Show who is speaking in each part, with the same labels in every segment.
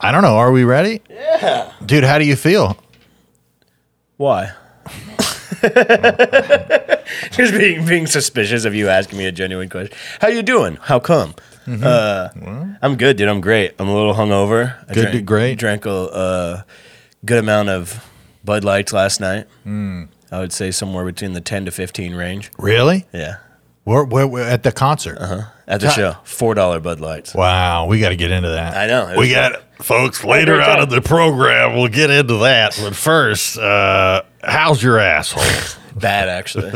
Speaker 1: I don't know. Are we ready?
Speaker 2: Yeah.
Speaker 1: Dude, how do you feel?
Speaker 2: Why? Just being being suspicious of you asking me a genuine question. How you doing? How come?
Speaker 1: Mm-hmm.
Speaker 2: Uh, I'm good, dude. I'm great. I'm a little hungover. I
Speaker 1: Good
Speaker 2: drank,
Speaker 1: to great.
Speaker 2: Drank a uh, good amount of Bud Lights last night.
Speaker 1: Hmm.
Speaker 2: I would say somewhere between the 10 to 15 range.
Speaker 1: Really?
Speaker 2: Yeah, Uh-huh.
Speaker 1: We're, we're, we're at the concert.
Speaker 2: at the
Speaker 1: Ta-
Speaker 2: show, four dollar Bud Lights.
Speaker 1: Wow, we got to get into that.
Speaker 2: I know. It
Speaker 1: We
Speaker 2: was
Speaker 1: got folks later
Speaker 2: great
Speaker 1: on
Speaker 2: time.
Speaker 1: in the program. We'll get into that. But first, uh, how's your asshole?
Speaker 2: Bad actually.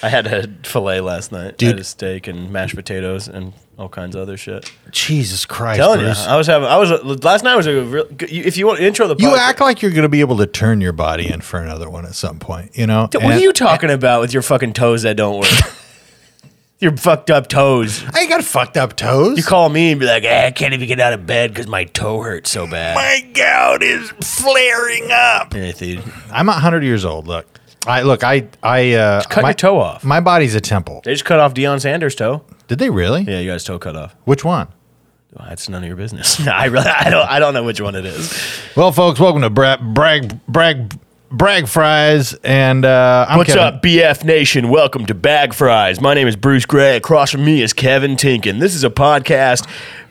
Speaker 2: I had a fillet last night. I
Speaker 1: Dude.
Speaker 2: had a steak and mashed potatoes and all kinds of other shit.
Speaker 1: Jesus Christ,
Speaker 2: telling
Speaker 1: Bruce.
Speaker 2: you, I was having. I was last night was a real. If you want to intro the,
Speaker 1: You
Speaker 2: podcast-
Speaker 1: act like you're going to be able to turn your body in for another one at some point, you know?
Speaker 2: What are
Speaker 1: And-
Speaker 2: you talking about with your fucking toes that don't work? your fucked up toes.
Speaker 1: I ain't got fucked up toes.
Speaker 2: You call me and be like, "Eh, I can't even get out of bed because my toe hurts so bad.
Speaker 1: My gout is flaring up.
Speaker 2: Yeah, dude.
Speaker 1: I'm 100 years old. Look, I look. I I uh,
Speaker 2: Cut
Speaker 1: my,
Speaker 2: your toe off.
Speaker 1: My body's a temple.
Speaker 2: They just cut off Deion Sanders' toe.
Speaker 1: Did they really?
Speaker 2: Yeah, you got his toe cut off.
Speaker 1: Which one?
Speaker 2: Well, that's none of your business. I really, I don't, I don't know which one it is.
Speaker 1: Well, folks, welcome to Bra- Brag Brag Brag Fries, and uh, I'm
Speaker 2: What's
Speaker 1: Kevin.
Speaker 2: up, BF Nation? Welcome to Bag Fries. My name is Bruce Gray. Across from me is Kevin Tinkin. This is a podcast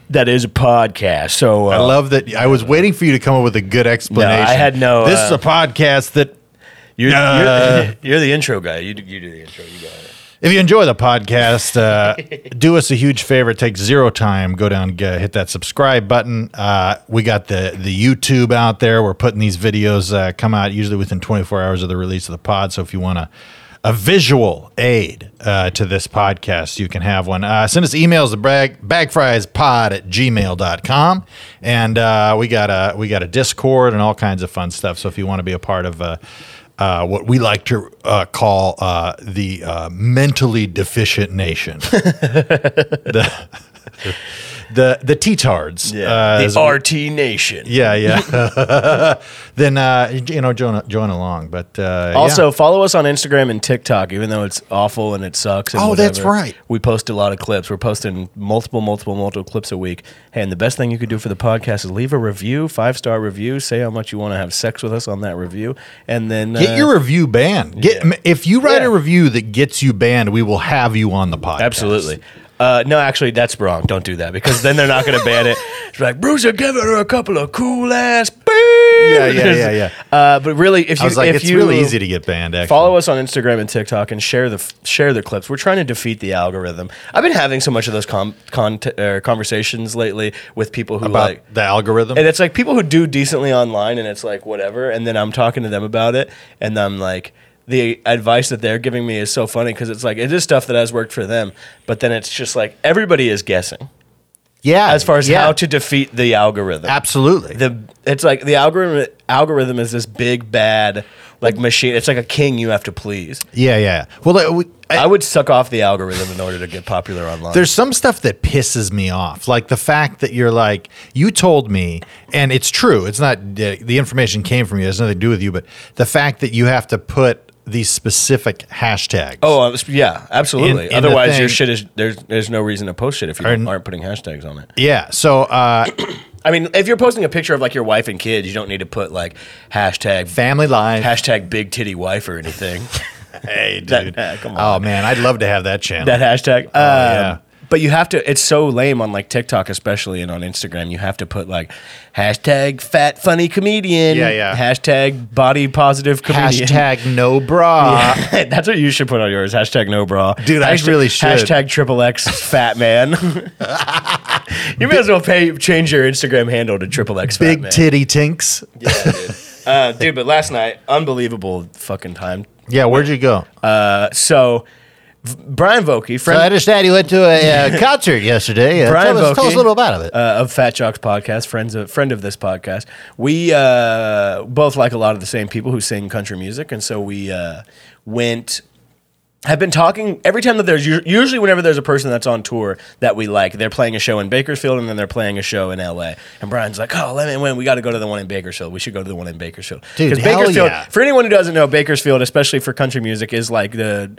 Speaker 2: that is a podcast. So uh,
Speaker 1: I love that. I was waiting for you to come up with a good explanation.
Speaker 2: No, I had no,
Speaker 1: This
Speaker 2: uh,
Speaker 1: is a podcast that.
Speaker 2: You're,
Speaker 1: Uh,
Speaker 2: you're, you're the intro guy. You do, you do the intro. You got it.
Speaker 1: If you enjoy the podcast, uh, do us a huge favor. Take zero time. Go down, uh, hit that subscribe button. Uh, we got the the YouTube out there. We're putting these videos uh, come out usually within 24 hours of the release of the pod. So if you want a a visual aid uh, to this podcast, you can have one. Uh, send us emails to brag, bagfriespod at gmail.com. And uh, we got a we got a Discord and all kinds of fun stuff. So if you want to be a part of uh, uh, what we like to uh, call uh, the uh, mentally deficient nation. the, the the teetards. uh, is-
Speaker 2: the RT Nation.
Speaker 1: yeah, yeah. then uh, you know, join join along. But uh,
Speaker 2: Also,
Speaker 1: yeah.
Speaker 2: follow us on Instagram and TikTok, even though it's awful and it sucks. and
Speaker 1: Oh, that's
Speaker 2: whatever.
Speaker 1: right.
Speaker 2: We post a lot of clips. We're posting multiple, multiple, multiple clips a week. Hey, and the best thing you could do for the podcast is leave a review, five star review. Say how much you want to have sex with us on that review, and then
Speaker 1: get your review banned. Get
Speaker 2: uh, yeah.
Speaker 1: if you write
Speaker 2: Yeah.
Speaker 1: a review that gets you banned, we will have you on the podcast.
Speaker 2: Absolutely. Uh, no, actually, that's wrong. Don't do that because then they're not going to ban it. It's like Bruce are giving her a couple of cool ass. Yeah,
Speaker 1: yeah, yeah, yeah.
Speaker 2: Uh, but really, if you
Speaker 1: I was like,
Speaker 2: if
Speaker 1: it's
Speaker 2: you
Speaker 1: really easy to get banned. Actually,
Speaker 2: follow us on Instagram and TikTok and share the share the clips. We're trying to defeat the algorithm. I've been having so much of those com- con- er, conversations lately with people who
Speaker 1: about
Speaker 2: like
Speaker 1: the algorithm.
Speaker 2: and it's like people who do decently online, and it's like whatever. And then I'm talking to them about it, and I'm like, the advice that they're giving me is so funny because it's like it is stuff that has worked for them, but then it's just like everybody is guessing
Speaker 1: yeah,
Speaker 2: as far as
Speaker 1: yeah.
Speaker 2: how to defeat the algorithm.
Speaker 1: absolutely.
Speaker 2: The it's like the algorithm algorithm is this big bad like machine. It's like a king you have to please.
Speaker 1: yeah, yeah. Well, like, we- I-
Speaker 2: I would suck off the algorithm in order to get popular online.
Speaker 1: Eh there's some stuff that pisses me off, like the fact that you're like, you told me, and it's true. It's not the the information came from you. It has nothing to do with you, but the fact that you have to put these specific hashtags.
Speaker 2: oh uh, yeah, absolutely.
Speaker 1: In- in the
Speaker 2: Otherwise, your
Speaker 1: thing-
Speaker 2: shit is there's there's no reason to post shit if you
Speaker 1: Or-
Speaker 2: aren't putting hashtags on it.
Speaker 1: yeah. So uh,
Speaker 2: I mean, if you're posting a picture of like your wife and kids, you don't need to put like hashtag
Speaker 1: family life.
Speaker 2: hashtag big titty wife or anything.
Speaker 1: hey, dude.
Speaker 2: That- yeah, come
Speaker 1: Oh man, I'd love to have that channel.
Speaker 2: that hashtag. Uh,
Speaker 1: Oh, yeah.
Speaker 2: But you have to. It's so lame on like TikTok, especially, and on Instagram. You have to put like hashtag fat funny comedian.
Speaker 1: Yeah, yeah.
Speaker 2: Hashtag body positive comedian.
Speaker 1: Hashtag no bra.
Speaker 2: That's what you should put on yours. Hashtag no bra.
Speaker 1: Dude, I
Speaker 2: hashtag,
Speaker 1: really should.
Speaker 2: Hashtag triple X fat man. you may as well pay, change your Instagram handle to triple X fat
Speaker 1: Big
Speaker 2: man.
Speaker 1: titty tinks.
Speaker 2: Yeah, dude. Uh, dude, but last night, unbelievable fucking time.
Speaker 1: Yeah, where'd you go?
Speaker 2: Uh, so, v- Brian Vokey,
Speaker 1: So I
Speaker 2: friend
Speaker 1: understand you went to a uh, concert yesterday. Uh,
Speaker 2: Brian
Speaker 1: tell, us, tell us
Speaker 2: Vokey.
Speaker 1: a little about it.
Speaker 2: uh, of Fat Jocks Podcast, friends of, friend of this podcast, we uh, both like a lot of the same people who sing country music, and so we uh, went have been talking every time that there's u- usually whenever there's a person that's on tour that we like, they're playing a show in Bakersfield and then they're playing a show in LA. And Brian's like, "Oh, let me win. We got to go to the one in Bakersfield. We should go to the one in Bakersfield."
Speaker 1: Dude, hell
Speaker 2: Bakersfield,
Speaker 1: yeah.
Speaker 2: for anyone who doesn't know, Bakersfield, especially for country music, is like the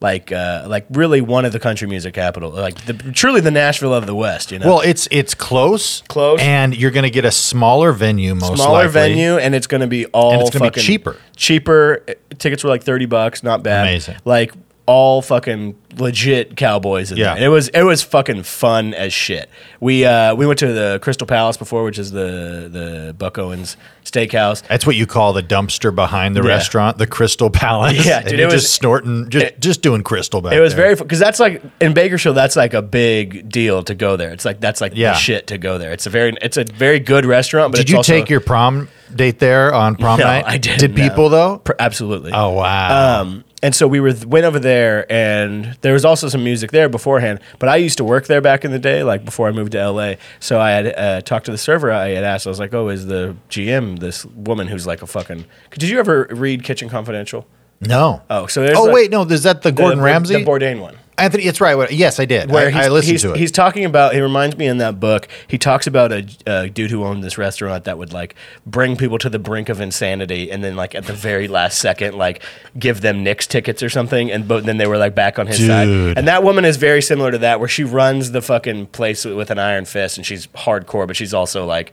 Speaker 2: like uh, like really one of the country music capital, like the, truly the Nashville of the West. You know,
Speaker 1: Well, it's it's close,
Speaker 2: Close.
Speaker 1: and you're going to get a smaller venue, most
Speaker 2: smaller
Speaker 1: likely.
Speaker 2: venue, and it's going to be all
Speaker 1: And it's gonna be
Speaker 2: fucking
Speaker 1: cheaper.
Speaker 2: Cheaper Uh, tickets were like thirty bucks, not bad.
Speaker 1: Amazing.
Speaker 2: Like all fucking legit cowboys. In
Speaker 1: Yeah.
Speaker 2: there. it was it was fucking fun as shit. We uh, we went to the Crystal Palace before, which is the the Buck Owens Steakhouse.
Speaker 1: That's what you call the dumpster behind the
Speaker 2: Yeah.
Speaker 1: restaurant, the Crystal Palace.
Speaker 2: Yeah,
Speaker 1: And
Speaker 2: dude,
Speaker 1: you're
Speaker 2: it was-
Speaker 1: just snorting, just just doing crystal back
Speaker 2: It was
Speaker 1: there.
Speaker 2: very because that's like in Bakersfield. That's like a big deal to go there. It's like that's like
Speaker 1: Yeah.
Speaker 2: the shit to go there. It's a very it's a very good restaurant. But
Speaker 1: Did
Speaker 2: it's
Speaker 1: you
Speaker 2: also-
Speaker 1: take your prom date there on prom
Speaker 2: No,
Speaker 1: night?
Speaker 2: I didn't,
Speaker 1: Did
Speaker 2: no.
Speaker 1: people though?
Speaker 2: Pr- absolutely?
Speaker 1: Oh wow!
Speaker 2: Um, and so we were went over there, and there was also some music there beforehand. But I used to work there back in the day, like before I moved to LA. So I had uh, talked to the server. I had asked, I was like, "Oh, is the GM this woman who's like a fucking?" Did you ever read Kitchen Confidential?
Speaker 1: no.
Speaker 2: Oh, so there's
Speaker 1: oh
Speaker 2: a-
Speaker 1: wait, no. Is that the Gordon
Speaker 2: the,
Speaker 1: Ramsay?
Speaker 2: the Bourdain one.
Speaker 1: Anthony, it's right. what- Yes, I did.
Speaker 2: Where
Speaker 1: I,
Speaker 2: he's,
Speaker 1: I listened
Speaker 2: he's,
Speaker 1: to it.
Speaker 2: he's talking about. He reminds me in that book. He talks about a, a dude who owned this restaurant that would like bring people to the brink of insanity, and then like at the very last second, like give them Knicks tickets or something, and but then they were like back on his side.
Speaker 1: Dude.
Speaker 2: And that woman is very similar to that, where she runs the fucking place with an iron fist, and she's hardcore, but she's also like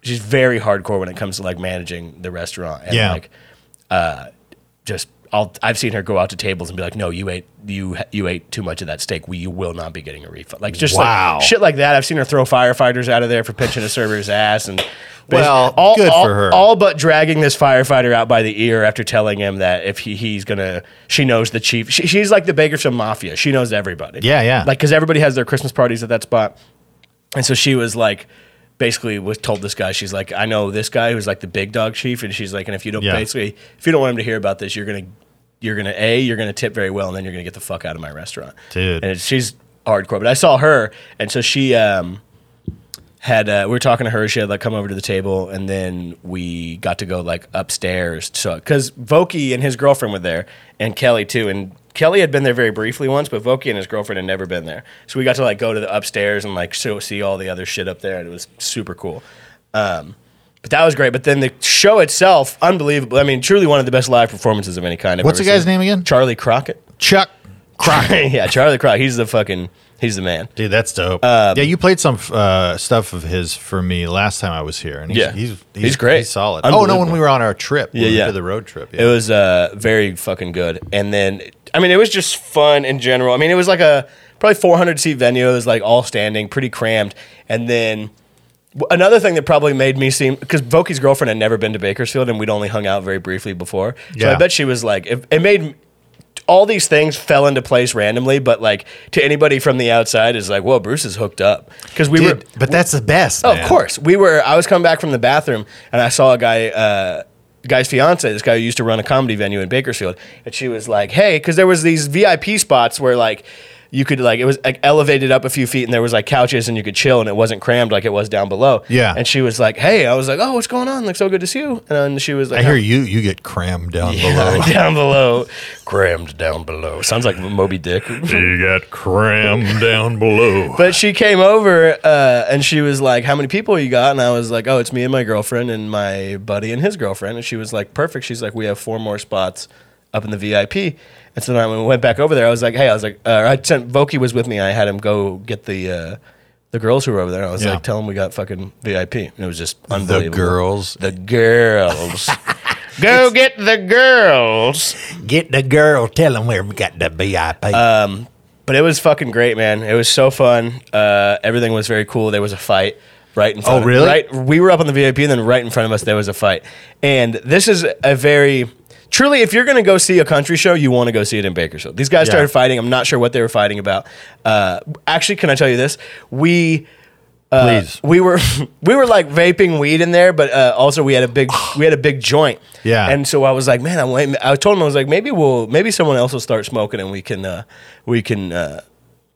Speaker 2: she's very hardcore when it comes to like managing the restaurant. And,
Speaker 1: Yeah.
Speaker 2: Like, just I'll, I've seen her go out to tables and be like, "No, you ate you you ate too much of that steak. We you will not be getting a refund." Like just
Speaker 1: Wow.
Speaker 2: like, shit like that. I've seen her throw firefighters out of there for pinching a server's ass and
Speaker 1: Well,
Speaker 2: all,
Speaker 1: good
Speaker 2: all-
Speaker 1: for her.
Speaker 2: All but dragging this firefighter out by the ear after telling him that if he, he's gonna, she knows the chief. She, she's like the Bakersfield mafia. She knows everybody.
Speaker 1: Yeah, yeah.
Speaker 2: Like because everybody has their Christmas parties at that spot. And so she was like, basically was told this guy, she's like, I know this guy who's like the big dog chief, and she's like, and if you don't
Speaker 1: Yeah.
Speaker 2: basically, if you don't want him to hear about this, you're gonna, you're gonna a, you're gonna tip very well, and then you're gonna get the fuck out of my restaurant,
Speaker 1: Dude.
Speaker 2: And she's hardcore, but I saw her, and so she, um, had uh, we were talking to her. She had like come over to the table, and then we got to go like upstairs. So because Voki and his girlfriend were there, and Kelly too, and Kelly had been there very briefly once, but Voki and his girlfriend had never been there. So we got to like go to the upstairs and like so, see all the other shit up there, and it was super cool. Um, but that was great. But then the show itself, unbelievable. I mean, truly one of the best live performances of any kind. I've
Speaker 1: What's
Speaker 2: ever
Speaker 1: the guy's
Speaker 2: seen.
Speaker 1: name again?
Speaker 2: Charlie Crockett.
Speaker 1: Chuck Crockett.
Speaker 2: yeah, Charlie Crockett. He's the fucking. He's the man.
Speaker 1: Dude, that's dope.
Speaker 2: Um,
Speaker 1: yeah, you played some uh, stuff of his for me last time I was here, and he's,
Speaker 2: Yeah.
Speaker 1: he's,
Speaker 2: He's great.
Speaker 1: He's solid. Oh no, when
Speaker 2: Unbelievable.
Speaker 1: we were on our trip, when
Speaker 2: Yeah,
Speaker 1: we
Speaker 2: yeah.
Speaker 1: did the road trip.
Speaker 2: It was uh, very fucking good. And then, I mean, it was just fun in general. I mean, it was like a probably 400 seat venue. It was like all standing, pretty crammed. And then w- another thing that probably made me seem because Voki's girlfriend had never been to Bakersfield and we'd only hung out very briefly before. So
Speaker 1: Yeah.
Speaker 2: I bet she was like, it, it made all these things fell into place randomly. But like to anybody from the outside is like, whoa, Bruce is hooked up. Because we were,
Speaker 1: Dude, but that's the best.
Speaker 2: Oh,
Speaker 1: man.
Speaker 2: of course. We were. I was coming back from the bathroom, and I saw a guy, uh, guy's fiance. This guy who used to run a comedy venue in Bakersfield, and she was like, "Hey," because there was these VIP spots where like you could like it was like elevated up a few feet, and there was like couches, and you could chill, and it wasn't crammed like it was down below.
Speaker 1: Yeah.
Speaker 2: And she was like, "Hey," I was like, "Oh, what's going on? Like, so good to see you." And then she was like, "Oh,
Speaker 1: I hear you. You get crammed down below.
Speaker 2: down below, crammed down below. Sounds like Moby Dick.
Speaker 1: you got crammed down below.
Speaker 2: But she came over uh, and she was like, "How many people you got?" And I was like, "Oh, it's me and my girlfriend and my buddy and his girlfriend." And she was like, "Perfect." She's like, "We have four more spots up in the VIP." And so then when we went back over there, I was like, "Hey," I was like, uh, "I sent Voki was with me. I had him go get the uh, the girls who were over there." I was
Speaker 1: Yeah.
Speaker 2: like, "Tell him we got fucking VIP." And it was just
Speaker 1: The
Speaker 2: unbelievable.
Speaker 1: girls
Speaker 2: the girls. Go get the girls.
Speaker 1: get the girl. Tell them where we got the VIP.
Speaker 2: But it was fucking great, man. It was so fun. Uh, everything was very cool. There was a fight right in front.
Speaker 1: Oh, really?
Speaker 2: Of, right, we were up on the VIP, and then right in front of us there was a fight. And this is a very truly, if you're going to go see a country show, you want to go see it in Bakersfield. These guys
Speaker 1: Yeah.
Speaker 2: started fighting. I'm not sure what they were fighting about. Uh, actually, can I tell you this? We uh,
Speaker 1: Please.
Speaker 2: we were we were like vaping weed in there, but uh, also we had a big we had a big joint.
Speaker 1: Yeah.
Speaker 2: And so I was like, man, I, went- I told him I was like, maybe we'll maybe someone else will start smoking and we can uh, we can uh,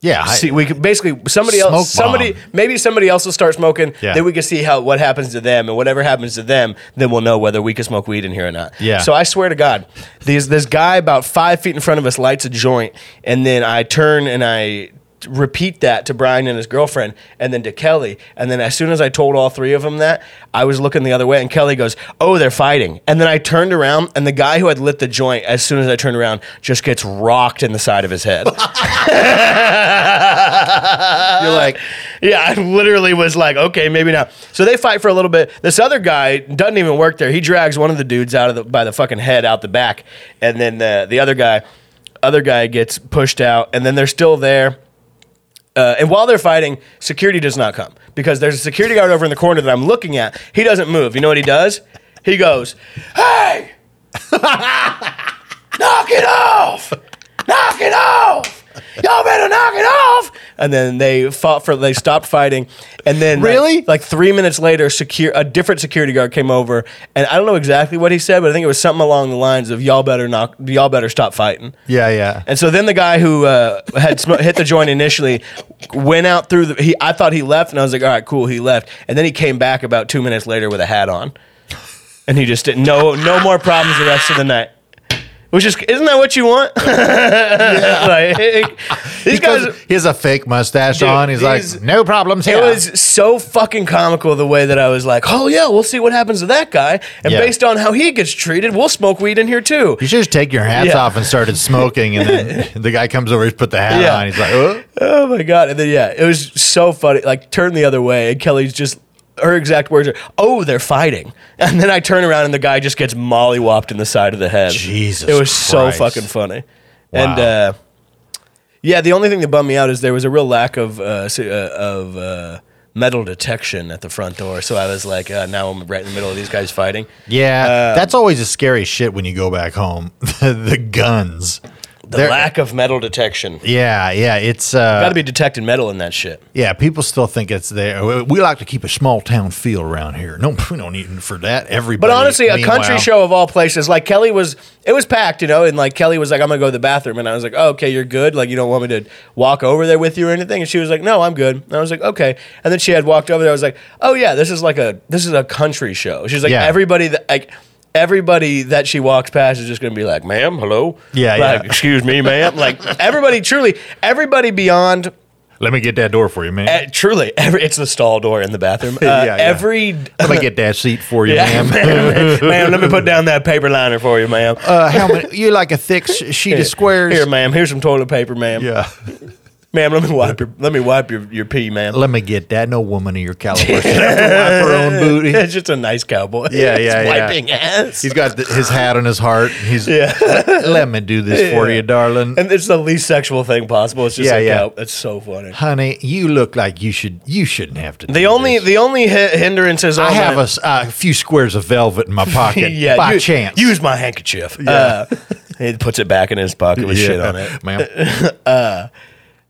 Speaker 1: yeah, I-
Speaker 2: see we could basically somebody else
Speaker 1: Smoke bomb.
Speaker 2: somebody maybe somebody else will start smoking.
Speaker 1: Yeah.
Speaker 2: Then we can see how what happens to them and whatever happens to them, then we'll know whether we can smoke weed in here or not.
Speaker 1: Yeah.
Speaker 2: So I swear to God, these this guy about five feet in front of us lights a joint, and then I turn and I t- repeat that to Brian and his girlfriend, and then to Kelly. And then as soon as I told all three of them that, I was looking the other way, and Kelly goes, "Oh, they're fighting." And then I turned around, and the guy who had lit the joint, as soon as I turned around, just gets rocked in the side of his head. You're like, yeah, I literally was like, okay, maybe not. So they fight for a little bit. This other guy doesn't even work there. He drags one of the dudes out of the by the fucking head out the back, and then the the other guy, other guy gets pushed out, and then they're still there. Uh, and while they're fighting, security does not come because there's a security guard over in the corner that I'm looking at. He doesn't move. You know what he does? He goes, "Hey, knock it off! Knock it off!" Y'all better knock it off! And then they fought for. They stopped fighting, and then like-
Speaker 1: Really?
Speaker 2: like, three minutes later, secure a different security guard came over, and I don't know exactly what he said, but I think it was something along the lines of "Y'all better knock, y'all better stop fighting."
Speaker 1: Yeah, yeah.
Speaker 2: And so then the guy who uh, had sm- hit the joint initially went out through the. He, I thought he left, and I was like, all right, cool, he left. And then he came back about two minutes later with a hat on, and he just didn't. No, no more problems the rest of the night. Which is isn't that what you want? like, these guys.
Speaker 1: Because he has a fake mustache
Speaker 2: Dude,
Speaker 1: on. He's
Speaker 2: these-
Speaker 1: like, no problems here.
Speaker 2: It was so fucking comical the way that I was like, oh yeah, we'll see what happens to that guy, and
Speaker 1: Yeah.
Speaker 2: based on how he gets treated, we'll smoke weed in here too.
Speaker 1: you should just take your hats
Speaker 2: Yeah.
Speaker 1: off and started smoking. And then the guy comes over, he's put the hat
Speaker 2: Yeah.
Speaker 1: on. He's like, oh.
Speaker 2: Oh my god! And then yeah, it was so funny. Like turn the other way, and Kelly's just her exact words are, "Oh, they're fighting." And then I turn around, and the guy just gets mollywopped in the side of the head.
Speaker 1: Jesus
Speaker 2: it was so
Speaker 1: Christ.
Speaker 2: fucking funny. And
Speaker 1: Wow.
Speaker 2: uh, yeah, the only thing that bummed me out is there was a real lack of uh, se- uh, of uh, metal detection at the front door. So I was like, uh, now I'm right in the middle of these guys fighting.
Speaker 1: Yeah,
Speaker 2: Um,
Speaker 1: that's always a scary shit when you go back home. the, the guns.
Speaker 2: The lack of metal detection.
Speaker 1: Yeah, yeah. It's uh,
Speaker 2: Got to be detecting metal in that shit.
Speaker 1: Yeah, people still think it's there. We- We like to keep a small town feel around here. No, we don't need for that. Everybody.
Speaker 2: But honestly, a country
Speaker 1: meanwhile-
Speaker 2: show of all places, like Kelly was, it was packed, you know, and like Kelly was like, I'm gonna go to the bathroom. And I was like, oh, okay, you're good. Like, you don't want me to walk over there with you or anything? And she was like, no, I'm good. And I was like, okay. And then she had walked over there. I was like, oh, yeah, this is like a, this is a country show. She's like,
Speaker 1: Yeah.
Speaker 2: everybody that, like, everybody that she walks past is just gonna be like, ma'am, hello?
Speaker 1: Yeah,
Speaker 2: Like,
Speaker 1: yeah.
Speaker 2: excuse me, ma'am. Like, everybody, truly, everybody beyond
Speaker 1: Let me get that door for you, man.
Speaker 2: uh, truly, every, it's the stall door in the bathroom. Uh,
Speaker 1: Yeah, yeah.
Speaker 2: Every
Speaker 1: Let me get that seat for you,
Speaker 2: yeah,
Speaker 1: ma'am.
Speaker 2: ma'am. ma'am, let me put down that paper liner for you, ma'am.
Speaker 1: Uh, how many? You like a thick sh- sheet of squares?
Speaker 2: Here, ma'am. Here's some toilet paper, ma'am.
Speaker 1: yeah.
Speaker 2: Ma'am, let me wipe your let me wipe your, your pee, ma'am.
Speaker 1: Let me get that. No woman of your caliber should have to wipe her own booty.
Speaker 2: It's just a nice cowboy.
Speaker 1: Yeah,
Speaker 2: It's
Speaker 1: yeah, yeah.
Speaker 2: Wiping ass.
Speaker 1: He's got th- his hat on his heart. and He's
Speaker 2: Yeah.
Speaker 1: let, let me do this for
Speaker 2: Yeah.
Speaker 1: you, darling.
Speaker 2: and it's the least sexual thing possible. It's just
Speaker 1: Yeah,
Speaker 2: like,
Speaker 1: yeah.
Speaker 2: yeah. that's so funny.
Speaker 1: Honey, you look like you should. You shouldn't have to.
Speaker 2: The
Speaker 1: do
Speaker 2: only
Speaker 1: this.
Speaker 2: the only hi- hindrance is
Speaker 1: I
Speaker 2: on
Speaker 1: have a,
Speaker 2: that-
Speaker 1: s- a few squares of velvet in my pocket
Speaker 2: yeah,
Speaker 1: by
Speaker 2: u-
Speaker 1: chance.
Speaker 2: Use my handkerchief. Uh, he puts it back in his pocket with shit on it.
Speaker 1: ma'am.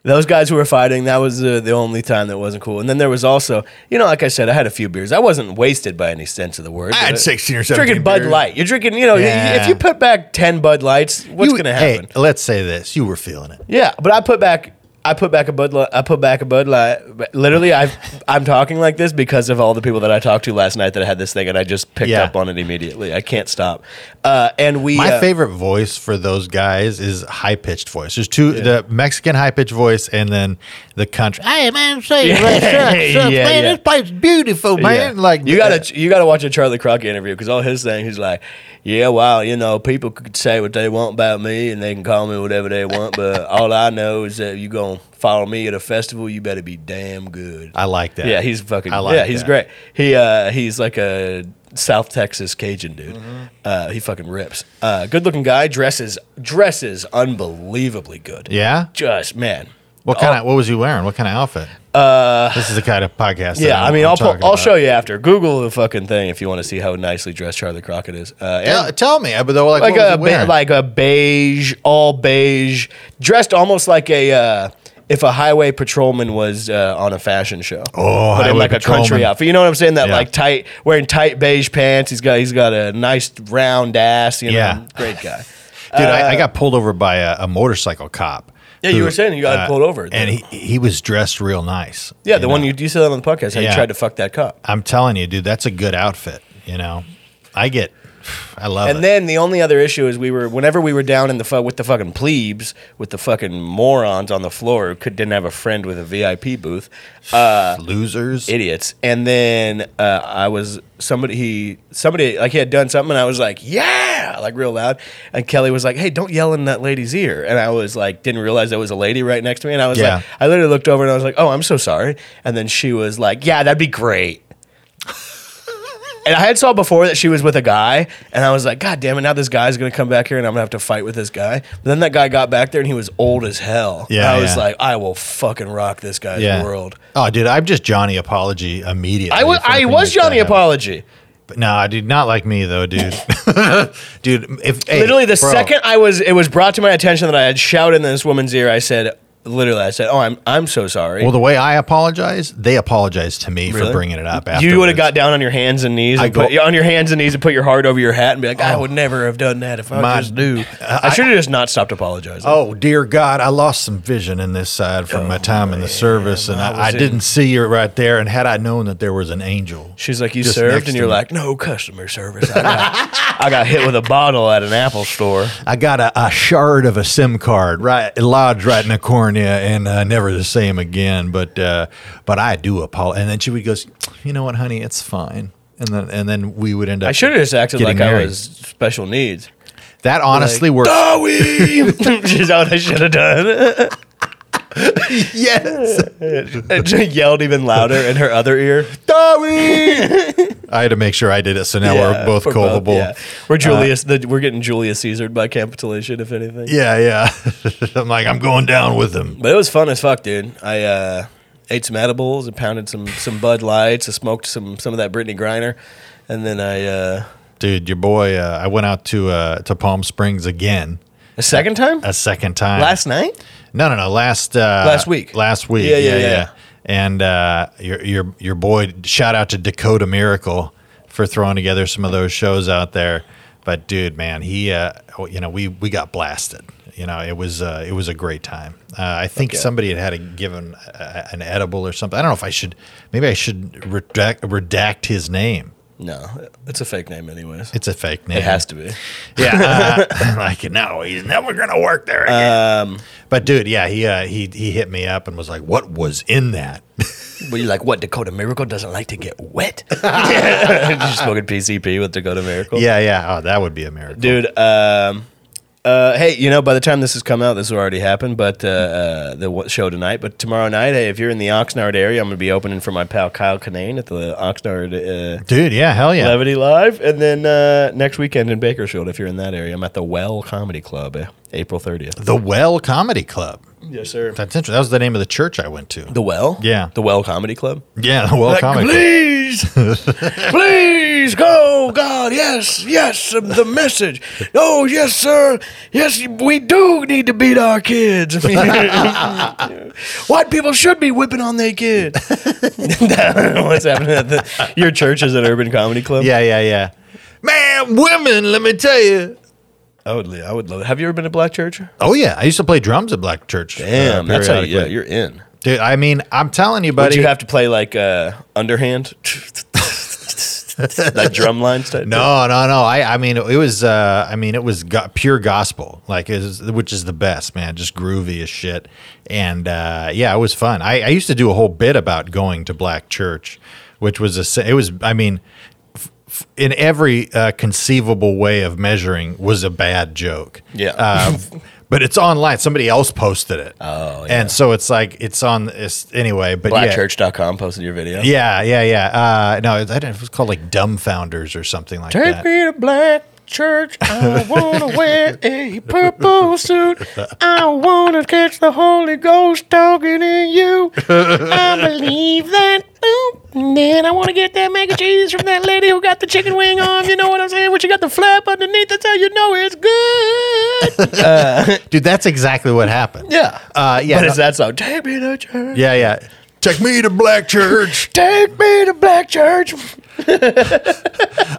Speaker 2: those guys who were fighting that was uh, the only time that wasn't cool and then there was also you know like i said i had a few beers i wasn't wasted by any sense of the word
Speaker 1: I had
Speaker 2: but-
Speaker 1: 16 or 17
Speaker 2: drinking bud
Speaker 1: beers.
Speaker 2: light you're drinking you know y-
Speaker 1: Yeah.
Speaker 2: if you put back 10 bud lights what's
Speaker 1: You-
Speaker 2: going to happen
Speaker 1: Hey, let's say this: you were feeling it.
Speaker 2: yeah but i put back i put back a bud light i put back a bud light but literally i i'm talking like this because of all the people that i talked to last night that had this thing and i just picked
Speaker 1: Yeah.
Speaker 2: up on it immediately i can't stop uh, and we
Speaker 1: My
Speaker 2: uh,
Speaker 1: favorite voice for those guys is high pitched voice. There's two: the Mexican high pitched voice, and then the country. Hey man, say
Speaker 2: Yeah.
Speaker 1: what's up, what's up,
Speaker 2: Yeah,
Speaker 1: man,
Speaker 2: yeah.
Speaker 1: this place is beautiful, man.
Speaker 2: Yeah.
Speaker 1: Like uh,
Speaker 2: you gotta you gotta watch a Charlie Crockett interview because all his thing he's like, yeah, wow, you know, people could say what they want about me and they can call me whatever they want, but all I know is that you gonna follow me at a festival, you better be damn good.
Speaker 1: I like that.
Speaker 2: yeah, he's fucking.
Speaker 1: I like
Speaker 2: yeah, he's
Speaker 1: that.
Speaker 2: great. He uh, he's like a South Texas Cajun dude.
Speaker 1: Mm-hmm.
Speaker 2: Uh, he fucking rips. Uh, good looking guy. Dresses dresses unbelievably good.
Speaker 1: Yeah.
Speaker 2: just man.
Speaker 1: What kind
Speaker 2: Oh.
Speaker 1: of? What was he wearing? What kind of outfit? Uh, this is the kind of podcast. that
Speaker 2: Yeah, I
Speaker 1: I'm-
Speaker 2: mean,
Speaker 1: I'm
Speaker 2: I'll pull,
Speaker 1: talking
Speaker 2: I'll
Speaker 1: about.
Speaker 2: show you after. Google the fucking thing if you want to see how nicely dressed Charlie Crockett is. Uh, and
Speaker 1: Yeah, tell me. But like,
Speaker 2: like
Speaker 1: what was
Speaker 2: a
Speaker 1: he
Speaker 2: ba-
Speaker 1: wearing?
Speaker 2: like a beige, all beige, dressed almost like a uh, if a highway patrolman was uh, on a fashion show.
Speaker 1: Oh,
Speaker 2: but in
Speaker 1: highway
Speaker 2: like a country
Speaker 1: patrolman.
Speaker 2: outfit. You know what I'm saying? That
Speaker 1: Yeah.
Speaker 2: like tight, wearing tight beige pants. He's got he's got a nice round ass. You know,
Speaker 1: Yeah.
Speaker 2: great guy.
Speaker 1: Dude, I, I got pulled over by a, a motorcycle cop.
Speaker 2: Uh,
Speaker 1: uh,
Speaker 2: Yeah, you were saying you got pulled over.
Speaker 1: and he, he was dressed real nice.
Speaker 2: Yeah,
Speaker 1: you
Speaker 2: the
Speaker 1: know?
Speaker 2: one you you said that on the podcast. How
Speaker 1: Yeah.
Speaker 2: you tried to fuck that cop.
Speaker 1: I'm telling you, dude, that's a good outfit. You know, I get, I love it.
Speaker 2: And then the only other issue is we were whenever we were down in the fu- with the fucking plebes with the fucking morons on the floor who could, didn't have a friend with a VIP booth,
Speaker 1: Losers.
Speaker 2: idiots. And then uh, I was somebody he somebody like he had done something and I was like yeah like real loud and Kelly was like hey don't yell in that lady's ear and I was like didn't realize there was a lady right next to me and I was
Speaker 1: Yeah.
Speaker 2: like I literally looked over and I was like oh I'm so sorry and then she was like yeah that'd be great. And I had saw before that she was with a guy, and I was like, God damn it! Now this guy's gonna come back here, and I'm gonna have to fight with this guy. But then that guy got back there, and he was old as hell.
Speaker 1: Yeah,
Speaker 2: I was
Speaker 1: yeah.
Speaker 2: like, I will fucking rock this guy's
Speaker 1: yeah.
Speaker 2: world.
Speaker 1: Oh, dude, I'm just Johnny apology immediately.
Speaker 2: I was,
Speaker 1: for
Speaker 2: I
Speaker 1: everything
Speaker 2: was
Speaker 1: that
Speaker 2: Johnny
Speaker 1: happened.
Speaker 2: Apology.
Speaker 1: But No, I did not like me though, dude. dude, if hey,
Speaker 2: literally the
Speaker 1: bro,
Speaker 2: second I was, it was brought to my attention that I had shouted in this woman's ear. I said, literally, I said, "Oh, I'm I'm so sorry."
Speaker 1: Well, the way I apologize, they apologize to me for
Speaker 2: Really?
Speaker 1: bringing it up.
Speaker 2: you would have
Speaker 1: afterwards.
Speaker 2: got down on your hands and knees, and
Speaker 1: go- Oh.
Speaker 2: put, on your hands and knees, and put your heart over your hat, and be like, "I would never have done that if I
Speaker 1: My- uh,
Speaker 2: was do." I should have just not stopped apologizing.
Speaker 1: Oh dear God! I lost some vision in this side from my time in the service, and
Speaker 2: Oh, I
Speaker 1: I, I
Speaker 2: was in-
Speaker 1: didn't see you right there. And had I known that there was an angel,
Speaker 2: She's like, "You
Speaker 1: just
Speaker 2: served,"
Speaker 1: next
Speaker 2: and
Speaker 1: to
Speaker 2: you're
Speaker 1: me.
Speaker 2: like, "No customer service." I got, I got hit with a bottle at an Apple store.
Speaker 1: I got a, a shard of a SIM card right lodged right in the cornea, and uh, never the same again. But uh, but I do apologize. And then she would goes, you know what, honey, it's fine. And then and then we would end up.
Speaker 2: I should have just acted
Speaker 1: getting
Speaker 2: like I
Speaker 1: married. Oh,
Speaker 2: was special needs.
Speaker 1: That honestly worked.
Speaker 2: Bowie, is that what I should have done.
Speaker 1: yes,
Speaker 2: And she yelled even louder in her other ear.
Speaker 1: I had to make sure I did it, so now we're both culpable. Uh,
Speaker 2: yeah. We're Julius. the, we're getting Julius Caesared by capitulation, if anything.
Speaker 1: yeah, yeah. I'm like, I'm going down with him.
Speaker 2: But it was fun as fuck, dude. I uh, ate some edibles and pounded some some Bud Lights. I smoked some some of that Brittany Griner, and then I uh,
Speaker 1: dude your boy uh, i went out to uh, to palm springs again
Speaker 2: a second time
Speaker 1: a second time
Speaker 2: last night.
Speaker 1: no no no last uh, last
Speaker 2: week.
Speaker 1: last week
Speaker 2: Yeah, yeah, yeah.
Speaker 1: and uh, your your your boy shout out to dakota miracle for throwing together some of those shows out there but dude man he uh, oh, you know we we got blasted you know it was uh, it was a great time uh, i think somebody had had a, given uh an edible or something i don't know if i should maybe i should redact, redact his name
Speaker 2: No, it's a fake name, anyways.
Speaker 1: it's a fake name
Speaker 2: It has to be.
Speaker 1: yeah, uh, like no, he's never gonna work there again.
Speaker 2: Um,
Speaker 1: but dude, yeah, he uh, he he hit me up and was like, "What was in that?"
Speaker 2: But you're like, what? Dakota Miracle doesn't like to get wet. You're smoking PCP with Dakota Miracle.
Speaker 1: yeah, yeah, oh, that would be a miracle.
Speaker 2: dude. Um, uh, hey, you know, by the time this has come out, this will already happen. But uh, uh, the w- show tonight, but tomorrow night, hey, if you're in the Oxnard area, I'm gonna be opening for my pal Kyle Kinane at the Oxnard uh,
Speaker 1: Dude, yeah, hell yeah.
Speaker 2: Levity Live, and then uh, next weekend in Bakersfield, if you're in that area, I'm at the Well Comedy Club, uh, April 30th.
Speaker 1: The Well Comedy Club.
Speaker 2: Yes, sir.
Speaker 1: That's interesting. That was the name of the church I went to.
Speaker 2: The Well,
Speaker 1: Yeah.
Speaker 2: the Well Comedy Club.
Speaker 1: Yeah, the Well
Speaker 2: Like,
Speaker 1: Comedy Club.
Speaker 2: please, please go, God, yes, yes, the message. Oh, yes, sir, yes, we do need to beat our kids. White people should be whipping on their kids. What's happening at the, your church is an urban comedy club?
Speaker 1: Yeah, yeah, yeah. Man, women, let me tell you.
Speaker 2: I would, I would love. It. Have you ever been to black church?
Speaker 1: Oh yeah, I used to play drums at Black Church. uh,
Speaker 2: Damn, that's how you, yeah,
Speaker 1: periodically.
Speaker 2: you're in.
Speaker 1: Dude, I mean, I'm telling you,
Speaker 2: But
Speaker 1: buddy.
Speaker 2: you have to play like uh, underhand, that drum line stuff.
Speaker 1: No, no, no. I, I mean, it was, uh, I mean, it was go- pure gospel, like, it was, which is the best, man. Just groovy as shit. And uh, yeah, it was fun. I, I used to do a whole bit about going to black church, which was a, sa- it was, I mean, f- f- in every uh, conceivable way of measuring was a bad joke.
Speaker 2: Yeah.
Speaker 1: Uh, but it's online. Somebody else posted it. Oh, And so it's like, it's on, it's, anyway, but yeah.
Speaker 2: Blackchurch.com posted your video.
Speaker 1: Yeah, yeah, yeah. Uh, no, I don't know. It was called like Dumbfounders or something like
Speaker 2: Take
Speaker 1: that.
Speaker 2: me to black church. I wanna wear a purple suit. I wanna catch the Holy Ghost talking in you. I believe that. Ooh. And then I wanna get that mac and cheese from that lady who got the chicken wing on. You know what I'm saying? When you got the flap underneath, that's how you know it's good.
Speaker 1: Dude, that's exactly what happened.
Speaker 2: Yeah.
Speaker 1: Uh, yeah. no-
Speaker 2: that so? Take me to church.
Speaker 1: yeah, yeah. Take me to black church.
Speaker 2: Take me to black church.